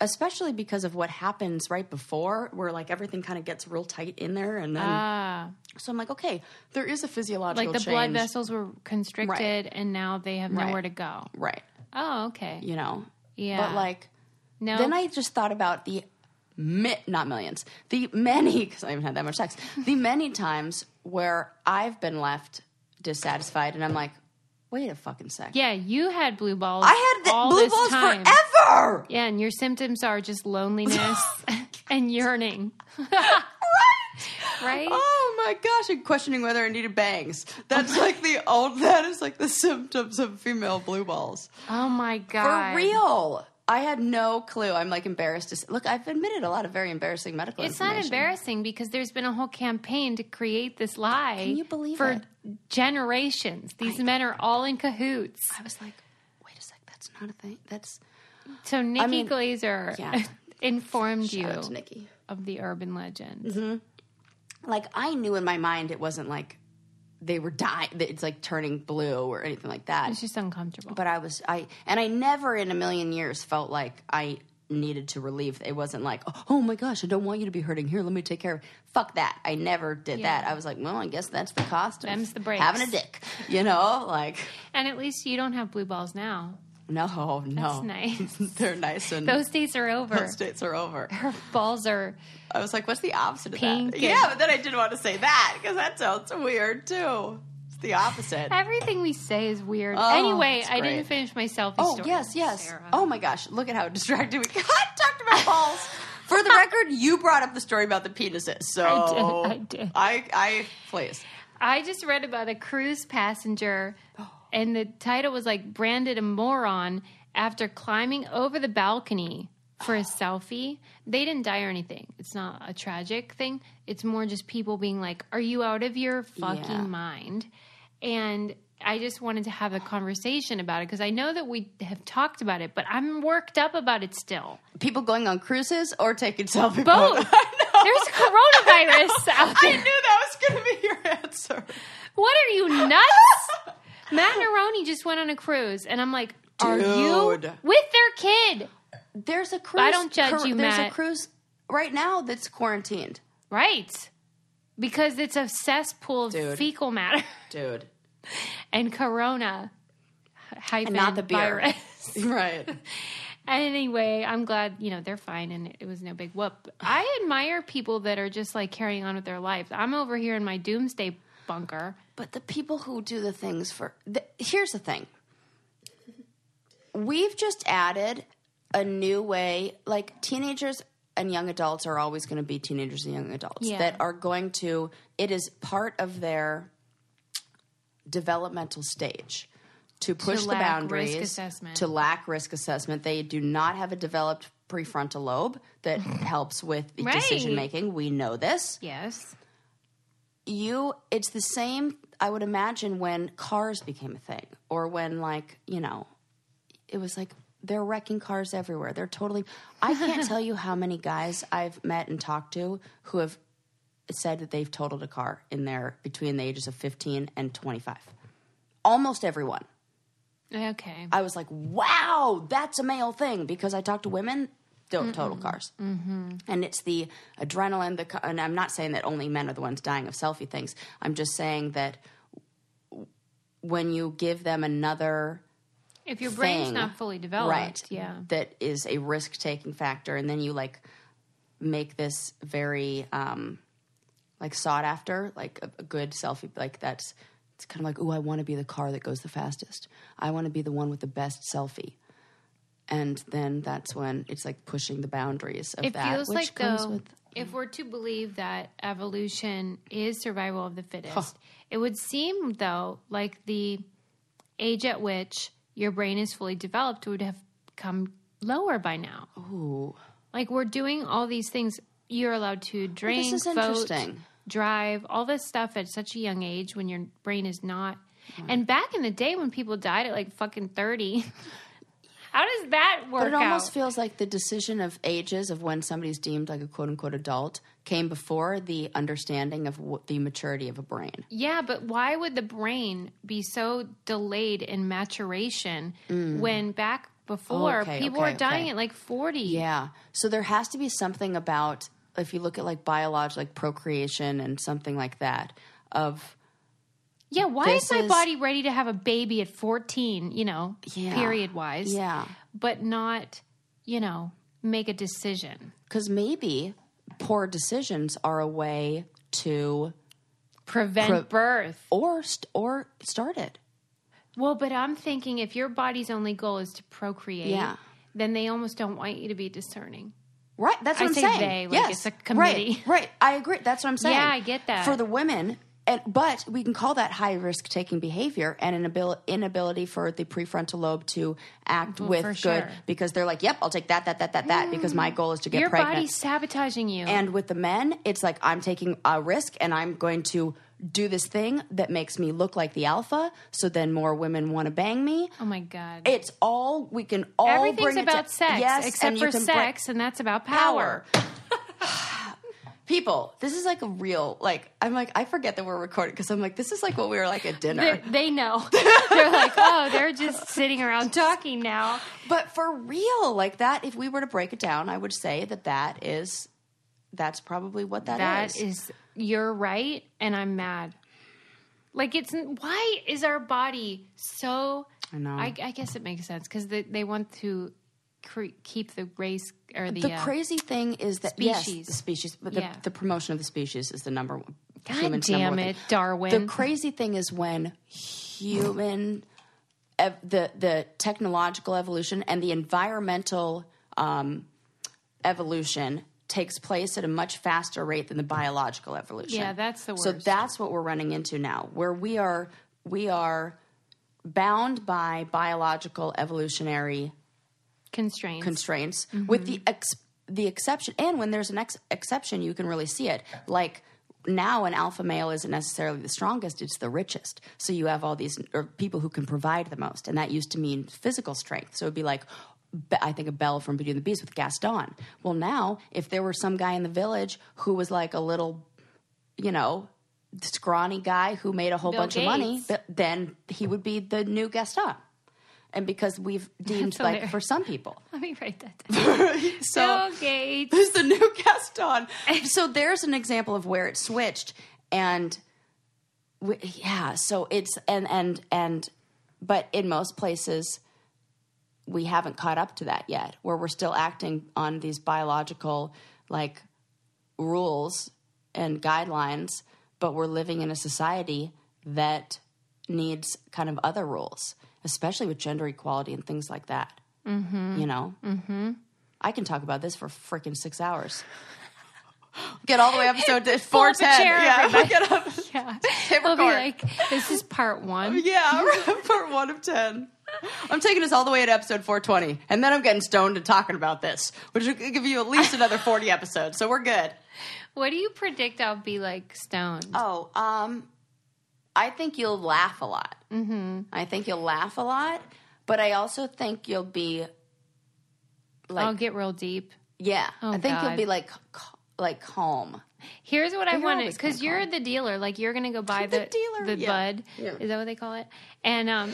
Speaker 1: especially because of what happens right before where like everything kind of gets real tight in there and then
Speaker 2: Ah,
Speaker 1: so I'm like, okay, there is a physiological
Speaker 2: like the
Speaker 1: change.
Speaker 2: blood vessels were constricted and now they have nowhere to go.
Speaker 1: Right.
Speaker 2: Oh, okay.
Speaker 1: You know.
Speaker 2: Yeah.
Speaker 1: But like
Speaker 2: no.
Speaker 1: Then I just thought about the mi- not millions, the many because I haven't had that much sex. The many times where I've been left dissatisfied, and I'm like, wait a fucking second,
Speaker 2: yeah, you had blue balls.
Speaker 1: I had the
Speaker 2: all
Speaker 1: blue
Speaker 2: this
Speaker 1: balls
Speaker 2: time.
Speaker 1: forever.
Speaker 2: Yeah, and your symptoms are just loneliness and yearning. right?
Speaker 1: Oh my gosh, and questioning whether I needed bangs. That's like the old. That is like the symptoms of female blue balls.
Speaker 2: Oh my god.
Speaker 1: For real. I had no clue. I'm like embarrassed to s- look. I've admitted a lot of very embarrassing medical.
Speaker 2: It's not
Speaker 1: information.
Speaker 2: embarrassing because there's been a whole campaign to create this lie.
Speaker 1: Can you believe
Speaker 2: for
Speaker 1: it?
Speaker 2: generations. These men are all in cahoots.
Speaker 1: I was like, wait a sec. That's not a thing. That's
Speaker 2: So Nikki
Speaker 1: mean,
Speaker 2: Glazer
Speaker 1: yeah.
Speaker 2: informed
Speaker 1: shout out to
Speaker 2: you
Speaker 1: oh, Nikki.
Speaker 2: of the urban legend.
Speaker 1: Mm-hmm. like I knew in my mind it wasn't like they were dying. that It's like turning blue or anything like that.
Speaker 2: It's just uncomfortable.
Speaker 1: But I was I and I never in a million years felt like I needed to relieve. It wasn't like oh my gosh, I don't want you to be hurting. Here, let me take care of. Fuck that. I never did that. I was like, well, I guess that's the cost of
Speaker 2: Them's the breaks.
Speaker 1: having a dick. You know, like
Speaker 2: and at least you don't have blue balls now.
Speaker 1: no,
Speaker 2: That's
Speaker 1: no,
Speaker 2: nice.
Speaker 1: they're nice and
Speaker 2: Those days are over.
Speaker 1: those dates are over.
Speaker 2: Her balls are
Speaker 1: I was like, what's the opposite of
Speaker 2: Pink
Speaker 1: that?
Speaker 2: and-
Speaker 1: Yeah, but then I didn't want to say that because that sounds weird too. It's the opposite.
Speaker 2: everything we say is weird.
Speaker 1: Oh,
Speaker 2: anyway,
Speaker 1: that's
Speaker 2: I didn't
Speaker 1: great.
Speaker 2: finish my selfie
Speaker 1: Oh
Speaker 2: story.
Speaker 1: yes, yes.
Speaker 2: Sarah.
Speaker 1: Oh my gosh, look at how distracted we got. Talked about balls. For the record, you brought up the story about the penises, so
Speaker 2: I did, I did.
Speaker 1: I, I please.
Speaker 2: I just read about a cruise passenger,
Speaker 1: Oh.
Speaker 2: and the title was like branded a moron after climbing over the balcony for a selfie. They didn't die or anything. It's not a tragic thing. It's more just people being like, "Are you out of your fucking
Speaker 1: Yeah.
Speaker 2: mind?" And I just wanted to have a conversation about it because I know that we have talked about it, but I'm worked up about it still.
Speaker 1: People going on cruises or taking selfie
Speaker 2: Both.
Speaker 1: photos? I know.
Speaker 2: There's coronavirus out
Speaker 1: I
Speaker 2: there.
Speaker 1: knew that was going to be your answer.
Speaker 2: What are you nuts? Matt Neroni just went on a cruise, and I'm like, are
Speaker 1: Dude.
Speaker 2: you with their kid?
Speaker 1: There's a cruise.
Speaker 2: don't judge you,
Speaker 1: There's
Speaker 2: Matt.
Speaker 1: a cruise right now that's quarantined,
Speaker 2: Right. Because it's a cesspool of
Speaker 1: Dude.
Speaker 2: fecal matter
Speaker 1: dude.
Speaker 2: and corona hyphen
Speaker 1: not the beer.
Speaker 2: virus.
Speaker 1: Right.
Speaker 2: anyway, I'm glad, you know, they're fine and it was no big whoop. I admire people that are just like carrying on with their life. I'm over here in my doomsday bunker.
Speaker 1: But the people who do the things for the, here's the thing. We've just added a new way. Like teenagers and young adults are always going to be teenagers and young adults
Speaker 2: Yeah.
Speaker 1: that are going to. It is part of their developmental stage to push the
Speaker 2: lack risk
Speaker 1: boundaries
Speaker 2: assessment.
Speaker 1: to lack risk assessment. They do not have a developed prefrontal lobe that helps with
Speaker 2: Right.
Speaker 1: decision making. We know this
Speaker 2: Yes.
Speaker 1: you it's the same i would imagine when cars became a thing or when like you know it was like they're wrecking cars everywhere they're totally i can't tell you how many guys i've met and talked to who have said that they've totaled a car in their between the ages of 15 and 25 almost everyone
Speaker 2: Okay.
Speaker 1: i was like wow that's a male thing because i talk to women don't total cars and it's the adrenaline. The co- and I'm not saying that only men are the ones dying of selfie things. I'm just saying that w- when you give them another
Speaker 2: If your brain's
Speaker 1: thing,
Speaker 2: not fully developed,
Speaker 1: right,
Speaker 2: yeah.
Speaker 1: that is a risk taking factor, and then you like make this very um like sought after, like a, a good selfie, like that's it's kind of like, oh, I want to be the car that goes the fastest. I want to be the one with the best selfie. And then that's when it's like pushing the boundaries of
Speaker 2: It
Speaker 1: that,
Speaker 2: feels
Speaker 1: which
Speaker 2: like
Speaker 1: comes
Speaker 2: though,
Speaker 1: with
Speaker 2: if we're to believe that evolution is survival of the fittest, it would seem though like the age at which your brain is fully developed would have come lower by now. Like we're doing all these things you're allowed to drink,
Speaker 1: is
Speaker 2: vote,
Speaker 1: interesting.
Speaker 2: drive, all this stuff at such a young age when your brain is not.
Speaker 1: Hmm.
Speaker 2: And back in the day when people died at like fucking 30, how does that work
Speaker 1: But it almost
Speaker 2: out?
Speaker 1: feels like the decision of ages of when somebody's deemed like a quote unquote adult came before the understanding of w- the maturity of a brain.
Speaker 2: yeah, but why would the brain be so delayed in maturation when back before
Speaker 1: Mm. okay,
Speaker 2: people
Speaker 1: okay,
Speaker 2: were dying
Speaker 1: okay.
Speaker 2: at like 40?
Speaker 1: Yeah. So there has to be something about if you look at like biology, like procreation and something like that. Of
Speaker 2: Yeah, why
Speaker 1: This
Speaker 2: is my
Speaker 1: is-
Speaker 2: body ready to have a baby at 14, you know,
Speaker 1: Yeah.
Speaker 2: period wise?
Speaker 1: yeah,
Speaker 2: But not, you know, make a decision.
Speaker 1: because maybe poor decisions are a way to
Speaker 2: Prevent birth.
Speaker 1: or st- or start it.
Speaker 2: Well, but I'm thinking if your body's only goal is to procreate,
Speaker 1: Yeah.
Speaker 2: then they almost don't want you to be discerning.
Speaker 1: Right. That's
Speaker 2: I
Speaker 1: what am
Speaker 2: say
Speaker 1: saying.
Speaker 2: they, like
Speaker 1: yes.
Speaker 2: it's a committee.
Speaker 1: Right. Right. I agree. That's what I'm saying.
Speaker 2: Yeah, I get that.
Speaker 1: For the women, and, but we can call that high risk taking behavior and an abil- inability for the prefrontal lobe to act with
Speaker 2: for
Speaker 1: good
Speaker 2: sure. Mm.
Speaker 1: because they're like, yep, I'll take that, that, that, that, that because my goal is to get
Speaker 2: your
Speaker 1: pregnant.
Speaker 2: body's sabotaging you.
Speaker 1: and with the men, it's like I'm taking a risk and I'm going to do this thing that makes me look like the alpha. So then more women want to bang me.
Speaker 2: oh my God.
Speaker 1: It's all we can all
Speaker 2: Everything's
Speaker 1: bring it to-
Speaker 2: about sex
Speaker 1: Yes,
Speaker 2: except
Speaker 1: and you
Speaker 2: for
Speaker 1: can bring-
Speaker 2: sex, and that's about power.
Speaker 1: power. People, this is like a real like I'm like I forget that we're recording because I'm like this is like what we were like at dinner.
Speaker 2: They, they know. they're like, oh, they're just sitting around talking now.
Speaker 1: but for real, like that if we were to break it down, I would say that that is that's probably what
Speaker 2: That is, you're right, and I'm mad. Like it's why is our body so?
Speaker 1: I know.
Speaker 2: I, I guess it makes sense because they, they want to cre- keep the race or the,
Speaker 1: the
Speaker 2: uh,
Speaker 1: crazy thing is that yes,
Speaker 2: Species.
Speaker 1: the species, but the,
Speaker 2: Yeah.
Speaker 1: the promotion of the species is the number one.
Speaker 2: God
Speaker 1: human's
Speaker 2: damn
Speaker 1: number one
Speaker 2: it,
Speaker 1: thing.
Speaker 2: Darwin.
Speaker 1: The crazy thing is when human, ev- the the technological evolution and the environmental um, evolution takes place at a much faster rate than the biological evolution.
Speaker 2: Yeah, that's the
Speaker 1: So
Speaker 2: worst.
Speaker 1: that's what we're running into now, where we are we are bound by biological evolutionary
Speaker 2: constraints.
Speaker 1: constraints
Speaker 2: Mm-hmm.
Speaker 1: with the ex- the exception and when there's an ex- exception you can really see it like now an alpha male isn't necessarily the strongest it's the richest so you have all these or people who can provide the most and that used to mean physical strength so it'd be like Be- I think of Belle from Beauty and the Beast with Gaston. Well, now if there were some guy in the village who was like a little, you know, scrawny guy who made a whole
Speaker 2: Bill
Speaker 1: bunch of money,
Speaker 2: Gates.
Speaker 1: th- then he would be the new Gaston. And because we've deemed
Speaker 2: That's
Speaker 1: like
Speaker 2: hilarious.
Speaker 1: for some people,
Speaker 2: Let me write that down.
Speaker 1: so
Speaker 2: Bill Gates.
Speaker 1: who's the new Gaston? so there's an example of where it switched, and w- yeah, so it's and and and, but in most places, we haven't caught up to that yet. Where we're still acting on these biological like rules and guidelines, but we're living in a society that needs kind of other rules, especially with gender equality and things like that. Mm-hmm. You know, I can talk about this for freaking six hours. Get all the way up to to
Speaker 2: Pull
Speaker 1: four
Speaker 2: up a
Speaker 1: ten.
Speaker 2: chair,
Speaker 1: Yeah,
Speaker 2: everybody.
Speaker 1: get up.
Speaker 2: Yeah.
Speaker 1: Hit
Speaker 2: We'll be
Speaker 1: record.
Speaker 2: like, this is part one.
Speaker 1: Yeah, for one of ten. I'm taking us all the way to episode 420, and then I'm getting stoned and talking about this, which will give you at least another 40 episodes. So we're good.
Speaker 2: What do you predict I'll be like stoned?
Speaker 1: Oh, um, I think you'll laugh a lot. Mm-hmm. I think you'll laugh a lot, but I also think you'll be
Speaker 2: I'll
Speaker 1: like,
Speaker 2: get real deep.
Speaker 1: yeah,
Speaker 2: Oh,
Speaker 1: I think
Speaker 2: God.
Speaker 1: you'll be like, ca- like calm.
Speaker 2: Here's what I
Speaker 1: You're
Speaker 2: want to
Speaker 1: always gonna
Speaker 2: because you're the dealer. Like you're gonna go buy the,
Speaker 1: The dealer,
Speaker 2: the
Speaker 1: yeah.
Speaker 2: bud.
Speaker 1: Yeah.
Speaker 2: Is that what they call it? And um,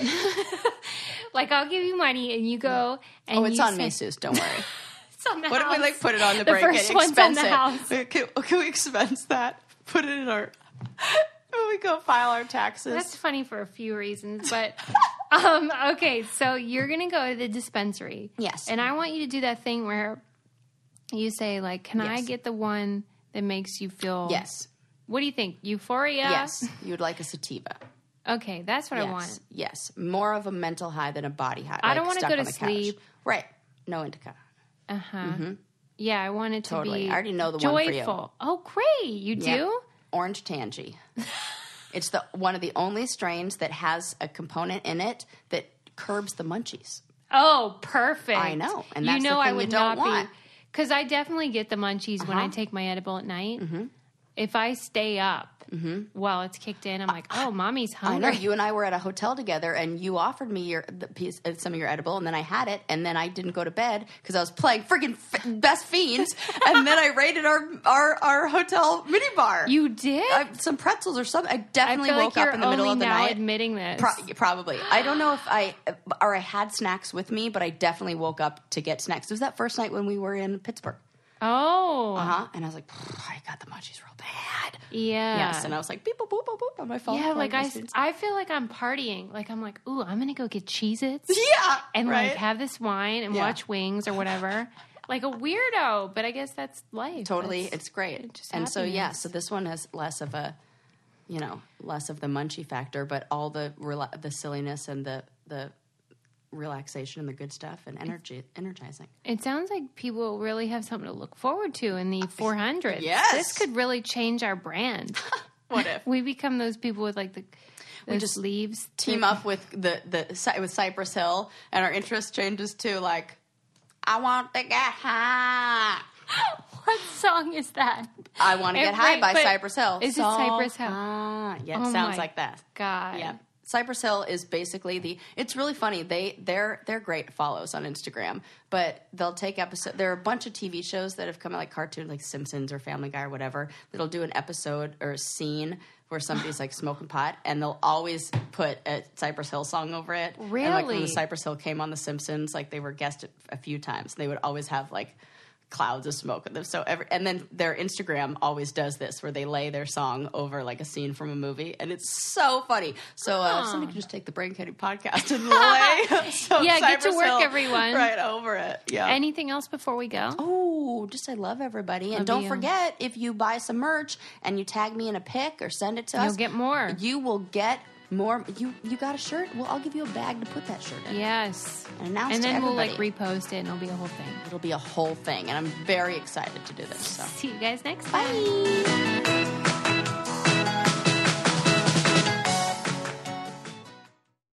Speaker 2: like I'll give you money and you go and
Speaker 1: Oh, it's
Speaker 2: you
Speaker 1: on
Speaker 2: say-
Speaker 1: me, Seuss. Don't worry.
Speaker 2: It's on the
Speaker 1: What if
Speaker 2: house.
Speaker 1: we like put it on the,
Speaker 2: The
Speaker 1: break
Speaker 2: first
Speaker 1: and
Speaker 2: one's
Speaker 1: expense
Speaker 2: on the
Speaker 1: it?
Speaker 2: house.
Speaker 1: We- Can, can we expense that? Put it in our when we go file our taxes.
Speaker 2: That's funny for a few reasons, but um, okay. So you're gonna go to the dispensary.
Speaker 1: Yes.
Speaker 2: And I want you to do that thing where you say like, "Can I
Speaker 1: Yes.
Speaker 2: get the one that makes you feel?"
Speaker 1: yes,
Speaker 2: What do you think? Euphoria.
Speaker 1: yes. You'd like a sativa.
Speaker 2: Okay, that's what
Speaker 1: Yes,
Speaker 2: I want.
Speaker 1: yes. More of a mental high than a body high.
Speaker 2: I don't
Speaker 1: want
Speaker 2: wanna go to sleep.
Speaker 1: Right. No indica.
Speaker 2: Uh huh. Yeah, I want it to
Speaker 1: Mm-hmm. Totally.
Speaker 2: be.
Speaker 1: I already know the
Speaker 2: joyful.
Speaker 1: one for you.
Speaker 2: Oh, great! You do.
Speaker 1: Yeah. Orange tangy. it's the one of the only strains that has a component in it that curbs the munchies.
Speaker 2: Oh, perfect.
Speaker 1: I know, and
Speaker 2: you
Speaker 1: that's the
Speaker 2: know I
Speaker 1: thing you
Speaker 2: would
Speaker 1: don't
Speaker 2: not
Speaker 1: want. Uh-huh.
Speaker 2: be Because I definitely get the munchies when I take my edible at night.
Speaker 1: Mm-hmm.
Speaker 2: If I stay up while it's kicked in, I'm like, oh, mommy's
Speaker 1: I know
Speaker 2: hungry.
Speaker 1: you and I were at a hotel together, and you offered me your the piece, uh, some of your edible, and then I had it, and then I didn't go to bed because I was playing friggin' f- Best Fiends, and then I raided our our, our hotel minibar.
Speaker 2: You did?
Speaker 1: I, some pretzels or something. I
Speaker 2: I
Speaker 1: definitely
Speaker 2: feel
Speaker 1: woke
Speaker 2: like
Speaker 1: up
Speaker 2: you're
Speaker 1: in the
Speaker 2: only
Speaker 1: middle of the
Speaker 2: now
Speaker 1: night.
Speaker 2: admitting this.
Speaker 1: Pro- probably. I don't know if I or I had snacks with me, but I definitely woke up to get snacks. It was that first night when we were in Pittsburgh,
Speaker 2: oh,
Speaker 1: huh? And I was like, "Pfft, I got the munchies real bad.
Speaker 2: yeah.
Speaker 1: Yes, and I was like, beep boop boop boop boop on my phone.
Speaker 2: yeah,
Speaker 1: playing
Speaker 2: like I,
Speaker 1: Best Fiends.
Speaker 2: I feel like I'm partying. Like I'm like, ooh, I'm gonna go get Cheez-Its
Speaker 1: yeah,
Speaker 2: and
Speaker 1: right?
Speaker 2: like have this wine and
Speaker 1: Yeah.
Speaker 2: watch Wings or whatever. like a weirdo, but I guess that's life.
Speaker 1: totally
Speaker 2: That's-
Speaker 1: it's great
Speaker 2: just
Speaker 1: and so yeah
Speaker 2: happiness.
Speaker 1: so this one has less of a you know less of the munchy factor but all the rela- the silliness and the the relaxation and the good stuff and energy energizing
Speaker 2: It sounds like people really have something to look forward to in the 400s.
Speaker 1: Yes.
Speaker 2: This could really change our brand.
Speaker 1: what if
Speaker 2: we become those people with like the we
Speaker 1: just
Speaker 2: just leaves.
Speaker 1: team up with the the Cy- with cypress hill and our interest changes to like i want to get high
Speaker 2: What song is that?
Speaker 1: i want to
Speaker 2: It-
Speaker 1: get high
Speaker 2: right,
Speaker 1: by
Speaker 2: but
Speaker 1: cypress hill
Speaker 2: is it Cypress Hill?
Speaker 1: high. yeah it
Speaker 2: Oh
Speaker 1: sounds
Speaker 2: my
Speaker 1: like that
Speaker 2: God.
Speaker 1: Yeah. Cypress Hill is basically the it's really funny. They they're they're great follows on Instagram, but they'll take episode there are a bunch of TV shows that have come out like cartoons like Simpsons or Family Guy or whatever, that'll do an episode or a scene where somebody's like smoking pot and they'll always put a Cypress Hill song over it. And like when
Speaker 2: Really?
Speaker 1: the Cypress Hill came on The Simpsons, like they were guest a few times. They would always have like clouds of smoke with them. So every and then their Instagram always does this where they lay their song over like a scene from a movie and it's so funny. So uh, somebody could just take the Brain Candy podcast and lay some
Speaker 2: Yeah, get to
Speaker 1: Cypress
Speaker 2: work,
Speaker 1: Hill
Speaker 2: everyone.
Speaker 1: right over it. Yeah.
Speaker 2: Anything else before we go?
Speaker 1: Oh, just I love everybody. And don't
Speaker 2: you.
Speaker 1: forget, if you buy some merch and you tag me in a pic or send it to
Speaker 2: You'll
Speaker 1: us,
Speaker 2: get more.
Speaker 1: You will get more. You you got a shirt? Well, I'll give you a bag to put that shirt in.
Speaker 2: Yes.
Speaker 1: And announce to
Speaker 2: and then we'll
Speaker 1: everybody.
Speaker 2: like repost it and it'll be a whole thing.
Speaker 1: It'll be a whole thing, and I'm very excited to do this. So,
Speaker 2: See you guys next time.
Speaker 1: bye.